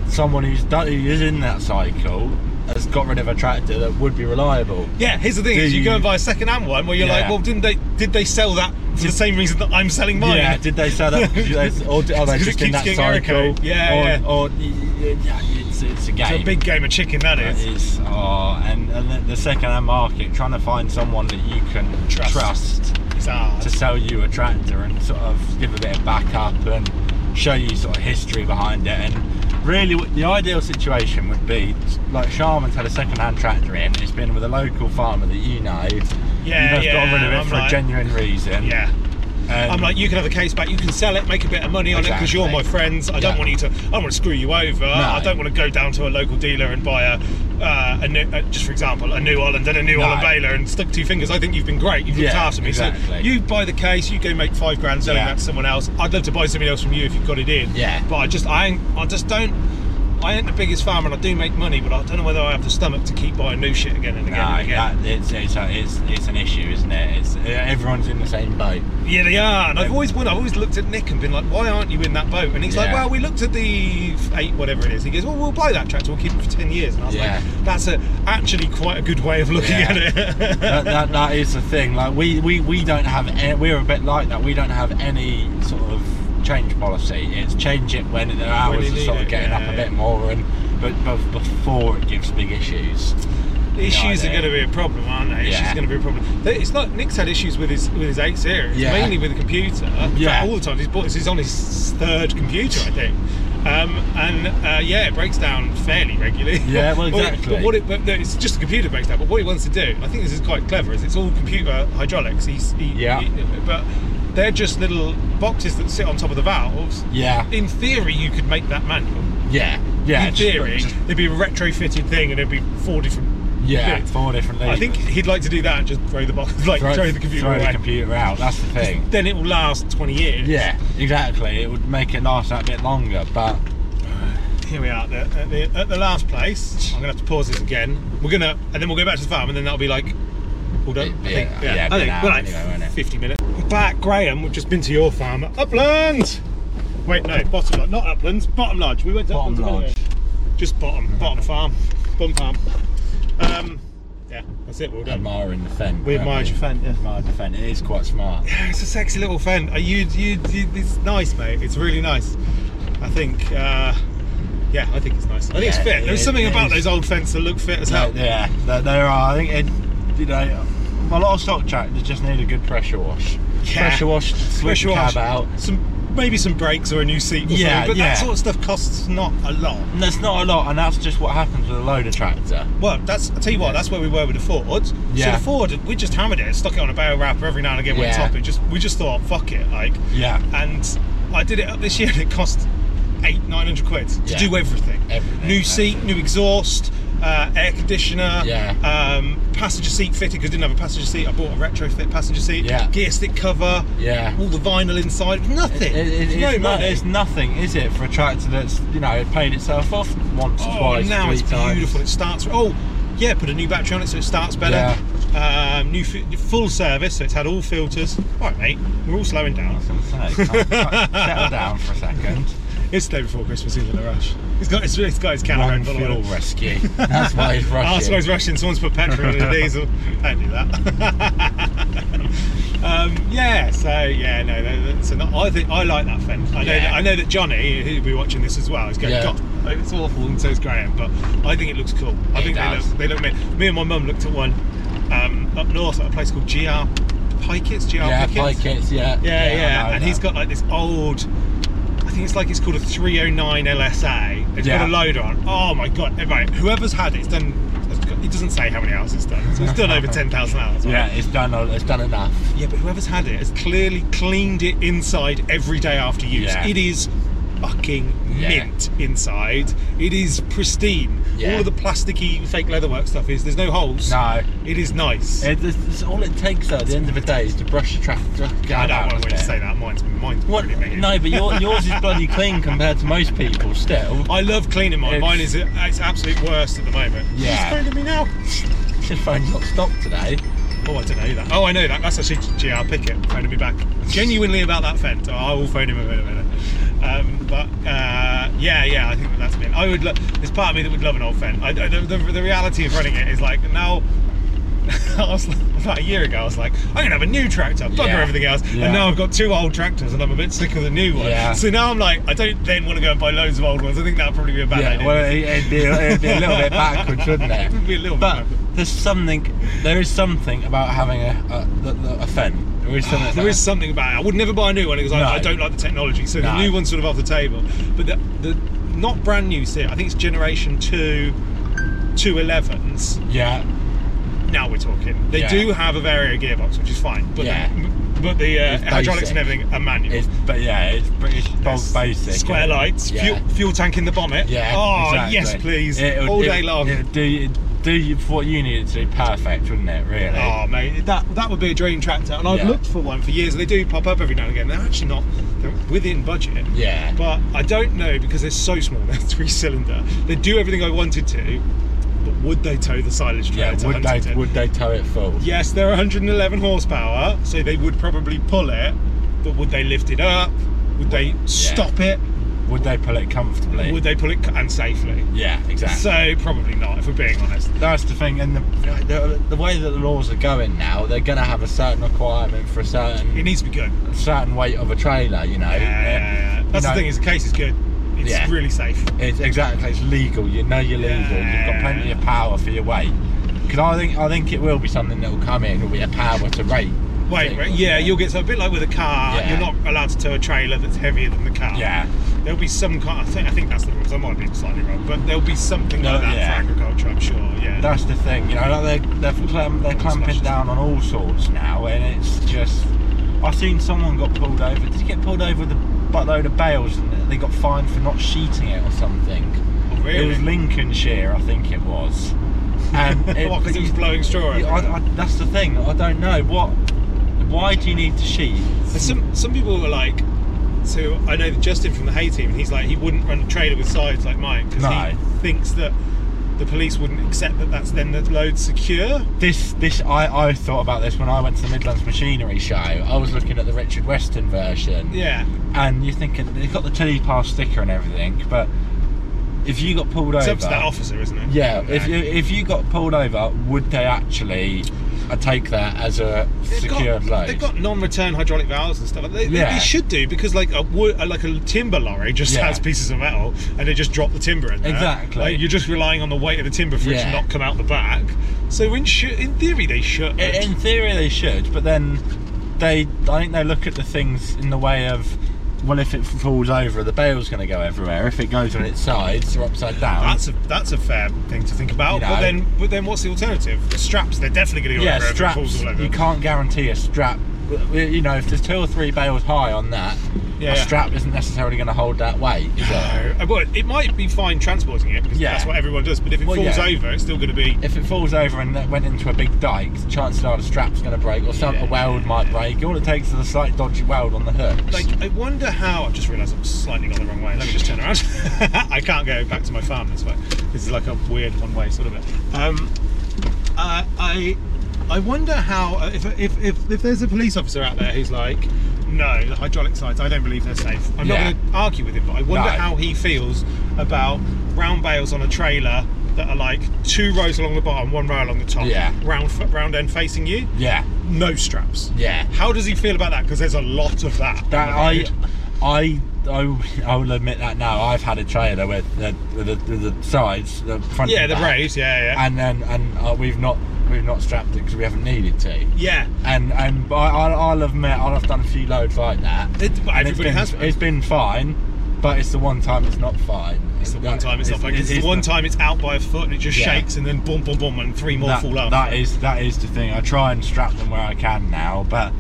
someone who's done, who is in that cycle has got rid of a tractor that would be reliable?
Yeah, here's the thing:
Do
is you,
you-
go and buy a second-hand one where you're
Yeah.
like, well, didn't they did they sell that for the same reason that I'm selling mine?
Yeah. Did they sell that? because they- or are they
Because it
just
keeps
in that
getting
cycle?
error code. Yeah, yeah.
Or, or yeah, it's, it's a game.
It's a big game of chicken, that
That
is.
is, oh, and, and the, the second-hand market, trying to find someone that you can
Trust.
trust
It's hard.
to sell you a tractor and sort of give a bit of backup and show you sort of history behind it. And really, what- the ideal situation would be like Sharman's had a second-hand tractor in, and it's been with a local farmer that you know.
Yeah,
you've got
yeah,
rid of it
I'm
for a
like-
genuine reason.
yeah.
and
I'm like, you can have the case back, you can sell it, make a bit of money on it because you're
Exactly.
my friends. I
Yeah.
don't want you to, I don't want to screw you over. I don't want to go down to a local dealer and buy a uh, a new, uh, just for example, a New Holland and a New
No.
Holland Baylor and stuck two fingers. I think you've been great. You've looked
Yeah,
after me. So
exactly.
you buy the case, you go make five grand selling
Yeah.
that to someone else. I'd love to buy something else from you if you've got it in.
Yeah.
But I just, I, ain't, I just don't. I ain't the biggest farmer, and I do make money, but I don't know whether I have the stomach to keep buying new shit again and again
No,
and again.
that, it's, it's, a- it's, it's an issue, isn't it? It's, everyone's in the same boat.
Yeah, they are. And I've
Yeah.
always wondered, I've always looked at Nick and been like, why aren't you in that boat? And he's like,
Yeah.
well, we looked at the eight, whatever it is. He goes, well, we'll buy that tractor, we'll keep it for 10 years. And I was
Yeah.
like, that's a, actually quite a good way of looking
Yeah.
at it.
that, that, that is the thing. Like we, we, we don't have. a- We're a bit like that. We don't have any sort of change policy. It's change it when the
you
hours are
need
sort of
it,
getting
yeah,
up a
yeah.
bit more, and but, but before it gives big issues.
issues are
idea.
going to be a problem, aren't they? Issues
Yeah.
are going to be a problem. They- It's like Nick's had issues with his with his eight series,
Yeah.
mainly with the computer. In
Yeah.
fact, all the time. He's bought this is on his third computer, I think. Um, and uh, yeah, it breaks down fairly regularly.
Yeah, well,
But-
exactly.
But what it, but no, it's just the computer breaks down. But what he wants to do, I think this is quite clever, is it's all computer hydraulics. He's, he,
Yeah.
he- but they're just little boxes that sit on top of the valves.
Yeah,
In theory, you could make that manual.
yeah, yeah.
In
just-
theory,
just-
it'd be a retrofitted thing, and it'd be four different.
yeah,
bits.
four different.
I
Levers.
think he'd like to do that and just throw the box, like throw, the computer
throw
away.
the computer out. That's the thing.
Then it will last 20 years.
Yeah, exactly. It would make it last that bit longer, but
Here we are at the, at the, at the last place. I'm gonna have to pause this again. We're gonna, and then we'll go back to the farm, and then that'll be like, all done.
It'd
I
be
think.
a- yeah, it'd
I
be
think
an
we're
hour
like
anyway, won't it?
50 minutes. We're back, Graham. We've just been to your farm, at Upland. Wait, no, bottom lodge, not Uplands, bottom lodge. We went to
Bottom
Uplands a minute
Lodge.
ago. Just bottom, bottom farm, bum farm. Um, yeah, that's it. We're all done.
admiring the fen.
We admired your fence, yeah.
Admired the fen. It is quite smart.
Yeah, it's a sexy little fen. Uh, You, you, you, it's nice, mate. It's really nice. I think, uh, yeah, I think it's nice. I think it's
Yeah,
fit. There's
it-
something
it
about
is.
those old fences that look fit as
Yeah,
hell.
yeah, there, there are. I think it, you know, a lot of stock tractors just need a good pressure wash.
Yeah.
Pressure wash, switch
Pressure
the
wash,
cab out.
some maybe some brakes or a new seat. Or
Yeah,
something, but that
yeah.
sort of stuff costs not a lot.
And that's not a lot, and that's just what happens with a loader tractor.
Well, that's I tell you what, that's where we were with the Ford. So
Yeah.
the Ford, we just hammered it, stuck it on a barrel wrapper every now and again when it's
Yeah.
up. It just we just thought, fuck it, like.
Yeah.
and I did it up this year and it cost eight, nine hundred quid to
Yeah.
do everything.
Everything,
New seat, new exhaust, uh, air conditioner,
Yeah.
um, passenger seat fitted because I didn't have a passenger seat. I bought a retrofit passenger seat,
Yeah.
gear stick cover,
Yeah.
all the vinyl inside, nothing.
It- it-
no
it's, not,
money.
it's nothing, is it, for a tractor that's you know it paid itself off once,
oh,
twice,
now
three
it's
times.
beautiful. It starts. Oh, yeah, put a new battery on it so it starts better.
Yeah.
Um, new fi- full service, so it's had all filters. All right, mate, we're all slowing
I
down.
was gonna say, can't- can't- settle down for a second.
It's the day before Christmas. He's in a rush. He's got. He's, he's got his can
One
around.
fuel rescue. That's why he's
Ah, so
rushing.
he's rushing. Someone's put petrol in the diesel. Don't do that. um, yeah. So yeah. No. no, no, So not, I think I like that fence. I know.
Yeah.
That, I know that Johnny, who'll be watching this as well, is going.
Yeah.
God, it's awful, and so's Graham. But I think it looks cool. I
It
think
does.
they look. They look. Me, me and my mum looked at one um, up north at a place called GR Pikett's. GR
yeah,
Pikett's.
pike it's yeah.
Yeah, yeah,
I know
and he's
that.
got like this old. I think it's like it's called a 309 LSA. It's got
Yeah.
a loader on. Oh my god! Right, whoever's had it, it's done. it's got- It doesn't say how many hours it's done. So it's done over 10,000 hours. right?
Yeah, it's done. It's done enough.
Yeah, but whoever's had it has clearly cleaned it inside every day after use.
Yeah.
It is fucking
Yeah.
mint inside. It is pristine.
Yeah.
All of the plasticky fake leatherwork stuff is. There's no holes.
No,
It is nice.
It, it's, it's all it takes though, at the end of the day, is to brush the traffic.
I don't want to say that. Mine's mine's
What?
pretty mint.
No, but your, yours is bloody clean compared to most people still.
I love cleaning mine.
It's-
Mine is it's absolute worst at the moment.
Yeah.
She's phoning me now.
Your phone's not stopped today.
Oh, I don't know that. Oh, I know that. That's actually GR Pickett phoning me back. Genuinely about that fence. Oh, I will phone him in a minute. Um, but uh, yeah, yeah, I think that that's been. I would. Lo- there's part of me that would love an old fence. I, I- the, the, the reality of running it is like now. I was like, about a year ago. I was like, I'm gonna have a new tractor, bugger
Yeah.
everything else,
Yeah.
and now I've got two old tractors, and I'm a bit sick of the new one.
Yeah.
So now I'm like, I don't then want to go and buy loads of old ones. I think that'd probably be a bad
yeah,
idea.
well, it, it'd, be, it'd be a little bit backwards, wouldn't it?
It would be a little bit
But
backwards.
there's something, there is something about having a a, a, a fen. There is something.
There is something about it. I would never buy a new one because
No.
I, I don't like the technology. So the
No.
new one's sort of off the table. But the, the not brand new series, I think it's generation two, two 11s.
Yeah,
Now we're talking. They
Yeah.
do have a Vario gearbox, which is fine. But
Yeah.
the m- but the uh,
It's
hydraulics
basic.
and everything are manual.
It's, but yeah, it's British bog basic.
Square lights,
Yeah.
fuel, fuel tank in the bonnet.
Yeah.
Oh
exactly.
yes, please,
It would-
all
it-
day long.
It would do it'd do what you needed to do perfect, wouldn't it? Really.
Oh mate, that that would be a dream tractor, and I've
Yeah.
looked for one for years. They do pop up every now and again. They're actually not they're within budget,
Yeah.
but I don't know because they're so small. They're three cylinder. They do everything I wanted to, but would they tow the silage trailer?
yeah.
to
Would they
Huntington?
would they tow it full?
Yes, they're 111 horsepower, so they would probably pull it, but would they lift it up? Would they stop it?
Would they pull it comfortably?
Would they pull it c- and safely?
yeah. Exactly.
So probably not, if we're being honest.
that's the thing, and the, the the way that the laws are going now, they're going to have a certain requirement for a certain
It needs to be good.
a certain weight of a trailer. You know,
Yeah, yeah, yeah.
You
That's the
know,
thing. Is the case is good. It's
Yeah.
really safe.
It's exactly. It's legal. You know you're legal. You've got plenty of power for your weight. Because I think I think it will be something that will come in. Will be a power to rate.
Wait,
thing.
wait, yeah, you'll get so a bit like with a car.
Yeah.
You're not allowed to tow a trailer that's heavier than the car.
Yeah.
There'll be some kind. I think I think that's the rules. I might be slightly wrong, but there'll be something
No,
like that
yeah.
for agriculture. I'm sure. Yeah.
That's the thing. You know, like they're they're, clam- they're clamping down on all sorts now, and it's just. I seen someone got pulled over. Did he get pulled over with a buttload of bales, and they got fined for not sheeting it or something?
Oh,
It
really.
was Lincolnshire, I think it was. And it,
What, 'cause he was blowing straw
Yeah, I, I, that's the thing. I don't know what. Why do you need to sheet?
There's some some people were like, so I know that Justin from the Hay team, and he's like he wouldn't run a trailer with sides like mine because
No.
he thinks that the police wouldn't accept that that's then the load secure.
This, this, I, I thought about this when I went to the Midlands Machinery Show. I was looking at the Richard Weston version.
Yeah.
And you're thinking they've got the Tilly Pass sticker and everything, but if you got pulled
It's
over,
up to that officer, isn't it?
yeah, if you if you got pulled over, would they actually uh, take that as a
They've got-
secured load?
They've got non-return hydraulic valves and stuff. They, they-
Yeah.
they should do because like a wood, like a timber lorry just
Yeah.
has pieces of metal, and they just drop the timber in there.
Exactly.
Like, you're just relying on the weight of the timber for it to
Yeah.
not come out the back. So in sh- in theory they should.
I- In theory, they should, but then they, I think they look at the things in the way of, well, if it falls over, the bale's going to go everywhere. If it goes on its sides or upside down,
That's a that's a fair thing to think about.
You
But
know.
then but then what's the alternative? Straps, they're definitely gonna go
yeah,
over if it
straps.
falls all over.
You can't guarantee a strap. You know, if there's two or three bales high on that,
Yeah,
a
yeah.
strap isn't necessarily going to hold that weight. Is it?
No, but uh, it might be fine transporting it because
Yeah.
that's what everyone does. But if it
Well,
falls
yeah.
over, it's still going to be.
If it falls over and that went into a big dike, the chances are the strap's going to break or some a
Yeah.
weld might break. All it takes is a slight dodgy weld on the hooks.
Like, I wonder how. I've just realised I'm slightly gone the wrong way. Let me just turn around. I can't go back to my farm this way. This is like a weird one way sort of it. Um, uh, I I wonder how uh, if, if if if there's a police officer out there who's like, no, the hydraulic sides, I don't believe they're safe. I'm not
Yeah.
going to argue with him, but I wonder
No.
how he feels about round bales on a trailer that are like two rows along the bottom, one row along the top,
Yeah.
round f- round end facing you,
yeah,
no straps.
yeah.
How does he feel about that? Because there's a lot of that. on
That
the
I,
road.
I, I, I will admit that now. I've had a trailer with the, with the, with the sides, the front.
Yeah,
and
the
back,
Braves. Yeah, yeah.
And then and uh, we've not we've not strapped it because we haven't needed to.
yeah.
And and I, I I'll admit I'll have done a few loads like that.
It, but
And
everybody
it's
has.
been,
one.
It's been fine, but it's the one time it's not fine.
It's the one time it's not. It's, it's the one time it's out by a foot and it just
Yeah.
shakes and then boom, boom, boom, and three more
that,
fall out.
That is that is the thing. I try and strap them where I can now, but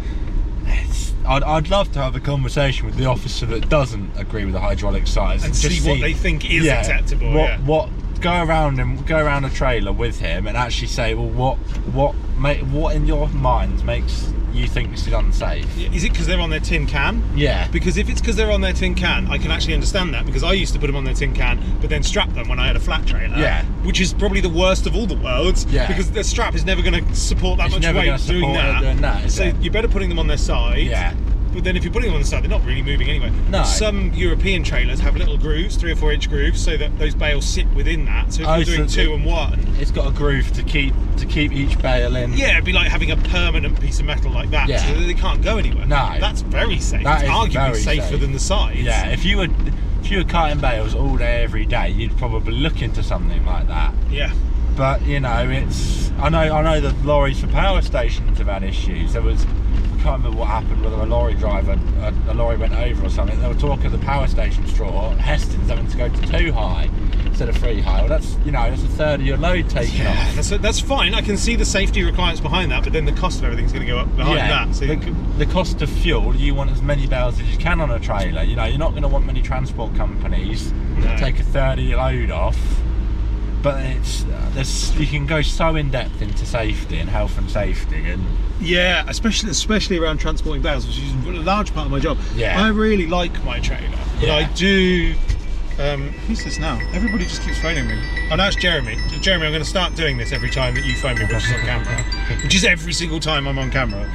it's, I'd, I'd love to have a conversation with the officer that doesn't agree with the hydraulic size
And see what they think is acceptable,
What,
yeah.
what? Go around and go around a trailer with him and actually say, well, what what make what in your mind makes you think this is unsafe?
Yeah, Is it because they're on their tin can?
Yeah.
Because if it's because they're on their tin can, I can actually understand that because I used to put them on their tin can, but then strap them when I had a flat trailer.
Yeah.
Which is probably the worst of all the worlds.
Yeah.
Because the strap is never going to support that
It's
much
never
weight
gonna
doing
support it
that.
doing that, is
so
it?
you're better putting them on their side.
Yeah.
But then if you're putting them on the side, they're not really moving anyway.
No.
Some European trailers have little grooves, three or four inch grooves, so that those bales sit within that. So if
Oh,
you're
so
doing
the-
two and one,
It's got a groove to keep to keep each bale in.
yeah, it'd be like having a permanent piece of metal like that,
Yeah.
so that they can't go anywhere.
No.
That's very safe.
That
it's
is
arguably
very
safer
safe.
than the sides.
Yeah, if you were if you were cutting bales all day every day, you'd probably look into something like that.
Yeah.
But you know, it's I know I know the lorries for power stations have had issues. There was I can't remember what happened whether a lorry driver a, a lorry went over or something. They were talking of the power station straw. Heston's having to go to too high, instead of freehold. That's you know that's a third of your load taken
Yeah,
off.
that's, that's fine. I can see the safety requirements behind that, but then the cost of everything's going to go up behind Oh, that. So you
the,
could-
the cost of fuel, you want as many barrels as you can on a trailer. You know, you're not going to want many transport companies
No.
to take a 30 load off. But it's uh, there's, you can go so in depth into safety and health and safety, and
yeah, especially especially around transporting barrels, which is a large part of my job.
Yeah.
I really like my trailer, but
Yeah.
I do. Um, who's this now? Everybody just keeps phoning me. Oh, now it's Jeremy. Jeremy, I'm going to start doing this every time that you phone me, which is on camera, which is every single time I'm on camera.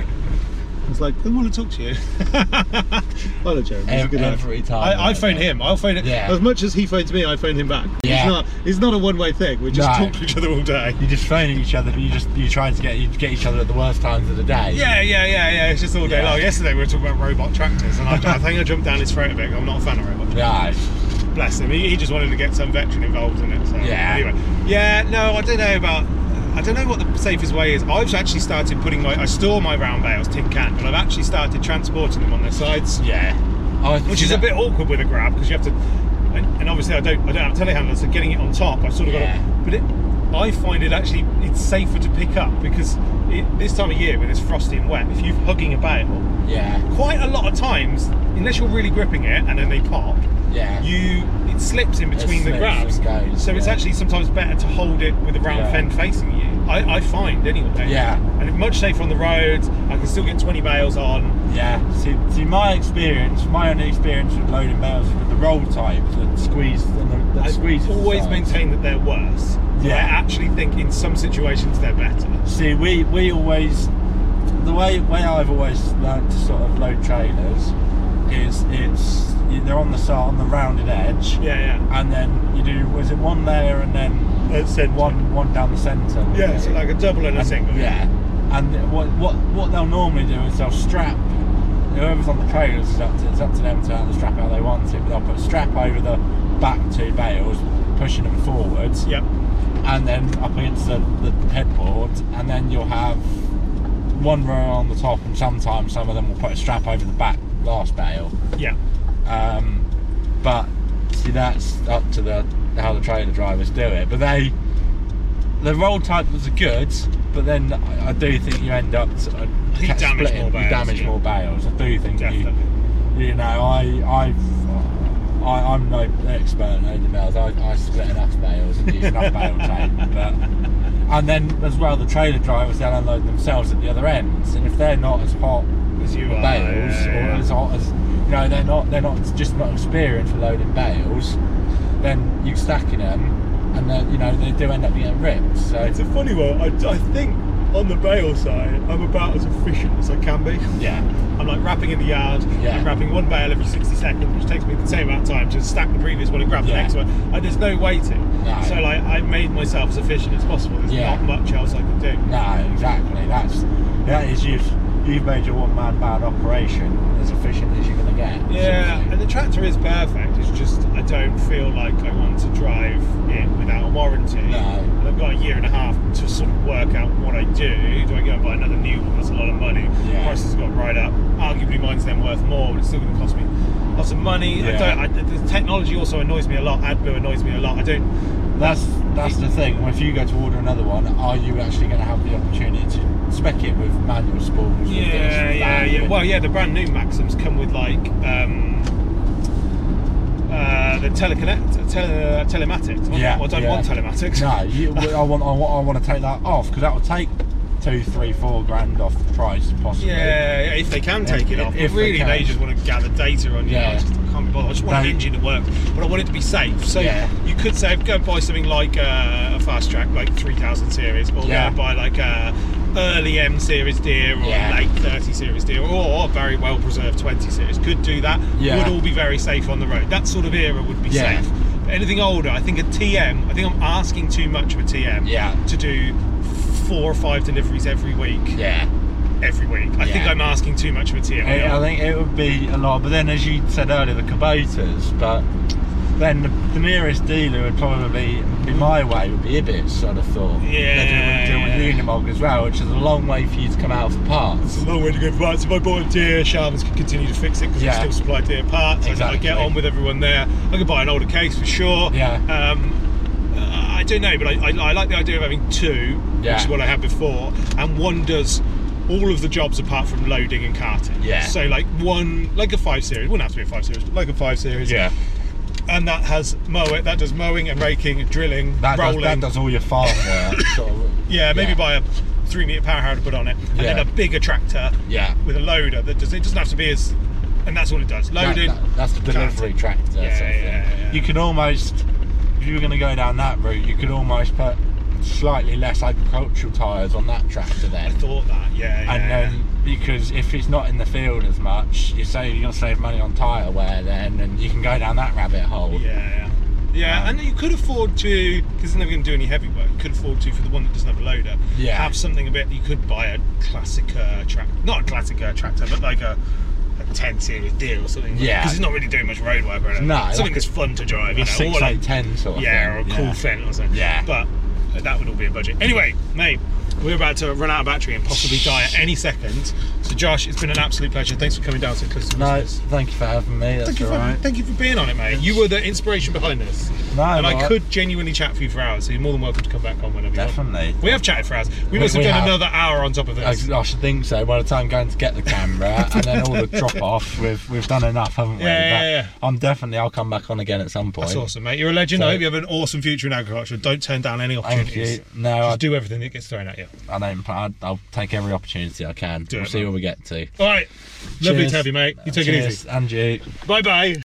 It's like, I want to talk to you. I love Jeremy. he's a
Ev-
good lad.
every time,
I, I
yeah,
phone
yeah.
him. I'll phone it.
Yeah.
As much as he phones me, I phone him back.
Yeah.
It's not, it's not a one way thing. We just
No.
talk to each other all day.
you're just phoning each other, but you just you're trying to get you get each other at the worst times of the day.
Yeah, yeah, yeah, yeah. It's just all day
Yeah.
long. Yesterday we were talking about robot tractors, and I, I think I jumped down his throat a bit. I'm not a fan of robot. tractors.
Right.
Bless him. He, he just wanted to get some veteran involved in it. So
Yeah.
Anyway. Yeah. No, I don't know about. I don't know what the safest way is. I've actually started putting my. I store my round bales tin can, but I've actually started transporting them on their sides.
Yeah. Oh,
which
see
is a
that-
bit awkward with a grab because you have to, and, and obviously I don't I don't have a telehandler, so getting it on top I've sort of
Yeah.
got. To, but it, I find it actually it's safer to pick up because it, this time of year when it's frosty and wet, if you're hugging a bale,
Yeah.
quite a lot of times unless you're really gripping it and then they pop,
Yeah.
you it slips in between the
slips
grabs.
and goes,
so it's
yeah.
actually sometimes better to hold it with a round
Yeah.
fen facing you. I, I find anyway.
Yeah.
And it's much safer on the roads. I can still get 20 bales on.
Yeah, see, see, my experience, my only experience with loading barrels is with the roll type that squeeze, and the, that
I've
squeezes the
always
sides.
maintained that they're worse.
Yeah.
I actually think in some situations they're better.
See, we we always the way way I've always learned to sort of load trailers is it's they're on the side on the rounded edge,
Yeah,
and then you do was it one layer and then
yeah. It's said
one one down the centre.
Yeah, so like a double and a
And-
single.
Yeah, and what what what they'll normally do is they'll strap whoever's on the trailers is up to it's up to them to the strap how they want it, but they'll put a strap over the back two bales, pushing them forwards,
Yep.
and then up against the, the headboard, and then you'll have one row on the top, and sometimes some of them will put a strap over the back last bale.
Yeah.
Um, but see, that's up to the how the trailer drivers do it. But they, the roll type was good, but then I, I do think you end up sort of
You
ca-
damage
splitting,
more
you
bales,
damage
yeah.
more bales. I do think you,
Definitely.
you know, I, I've, I, I'm no expert at loading bales. I, I split enough bales and use enough bale tape, but. And then, as well, the trailer drivers they'll unload themselves at the other ends, and if they're not as hot
As you are.
bales
yeah,
or
yeah.
as hot as you know they're not they're not just not experienced for loading bales then you're stacking them and then you know they do end up getting ripped so
It's a funny one. I, I think on the bale side, I'm about as efficient as I can be.
yeah
I'm like wrapping in the yard.
Yeah.
I'm wrapping one bale every 60 seconds, which takes me the same amount of time to stack the previous one and grab
Yeah.
the next one. And there's no waiting.
No.
So like I made myself as efficient as possible. There's
Yeah.
not much else I can do.
no exactly that's that is you've you've made your one man band operation as efficient as you're gonna get
Yeah,
sort of
and
thing.
the tractor is perfect. It's just I don't feel like I want to drive it without a warranty.
No.
And I've got a year and a half to sort of work out what I do. Do I go and buy another new one? That's a lot of money.
Yeah.
Prices have got right up. Arguably, mine's then worth more, but it's still going to cost me lots of money.
Yeah.
I don't. I, the technology also annoys me a lot. AdBlue annoys me a lot. I don't.
that's that's the thing if you go to order another one are you actually going to have the opportunity to spec it with manual spools with this,
Yeah,
with
yeah,
that,
yeah.
with-
Well, yeah, the brand new Maxims come with like um, uh, the teleconnect, tele, uh, telematics. Well,
Yeah,
I don't
yeah.
want telematics.
No, you, I want, I want, I want to take that off because that will take two, three, four grand off the price possibly.
Yeah, yeah, if they can take it
If-
off.
if
If
they
really,
can.
they just want to gather data on you.
Yeah.
I, just, I can't be bothered. I just want
They-
an engine that works, but I want it to be safe. So
Yeah.
you could say, go and buy something like uh, a fast track, like 3000 series, or go
Yeah.
and buy like a early M series deer or
Yeah.
a late 30 series deer or a very well preserved 20 series. Could do that.
Yeah.
Would all be very safe on the road. That sort of era would be
Yeah.
safe. But anything older, I think a TM, I think I'm asking too much of a TM
Yeah.
to do four or five deliveries every week
yeah.
every week. I think
Yeah.
I'm asking too much of a TMI.
I, I think it would be a lot, but then as you said earlier, the Kubotas, but then the, the nearest dealer would probably be my way would be Ibis, I'd have thought.
Yeah,
They do,
yeah.
do with Unimog as well, which is a long way for you to come out for parts.
it's a long way to go for parts. If I bought a deer, Sharvins could continue to fix it because
Yeah.
we still supply deer parts. I- I
Exactly.
get on with everyone there. I could buy an older case for sure.
Yeah.
Um, uh, I don't know, but I, I, I like the idea of having two, which
Yeah.
is what I had before, and one does all of the jobs apart from loading and carting.
Yeah.
So like one, like a five series, wouldn't have to be a five series, but like a five series.
Yeah.
And that has mow it. That does mowing and raking, drilling,
That does,
rolling.
that does all your farm work. sort of.
Yeah, maybe
Yeah.
buy a three meter power harrow to put on it, and then
Yeah.
a bigger tractor
Yeah.
with a loader that does. It doesn't have to be as, and that's all it does.
That-
Loading.
that- that's the delivery
carting.
tractor. sort
Yeah,
of thing.
yeah, yeah.
You could almost, if you were going to go down that route, you could almost put slightly less agricultural tyres on that tractor
I
then.
thought that. Yeah. yeah.
And then because if it's not in the field as much, you say you're gonna save money on tyre wear then, and you can go down that rabbit hole.
Yeah, yeah. Yeah,
Um,
and you could afford to, because it's never going to do any heavy work, you could afford to, for the one that doesn't have a loader,
Yeah.
have something a bit, you could buy a Classica tractor, not a Classica tractor, but like a, a 10 series deal or something.
Yeah.
Because it's not really doing much road work or anything.
No,
Something
like
that's fun to drive, you
A
know.
six,
or like-
eight, ten sort of
yeah, or a
thing.
cool fent or something.
Yeah.
But that would all be a budget. Anyway, mate, we're about to run out of battery and possibly die at any second. So, Josh, it's been an absolute pleasure. Thanks for coming down so close to
No,
us.
thank you for having me. That's
Thank you, for,
alright.
thank you for being on it, mate. You were the inspiration behind this.
No,
and I
alright.
could genuinely chat for you for hours, so you're more than welcome to come back on whenever you
Definitely.
want. We have chatted for hours. We,
We-
must have
we
done
have.
another hour on top of
I,
this.
I should think so. By the time going to get the camera and then all the drop off, we've we've done enough, haven't we?
Yeah, yeah,
But
yeah.
I'm definitely. I'll come back on again at some point.
That's awesome, mate. You're a legend. I
So-
hope you have an awesome future in agriculture. Don't turn down any
Thank
opportunities.
you. No, I,
Just do everything that gets thrown at you.
I don't plan. I'll take every opportunity I can.
it,
we'll see
man.
where we get to.
All right. Lovely
Cheers.
to have you, mate. You take
Cheers,
it easy.
And you.
Bye bye.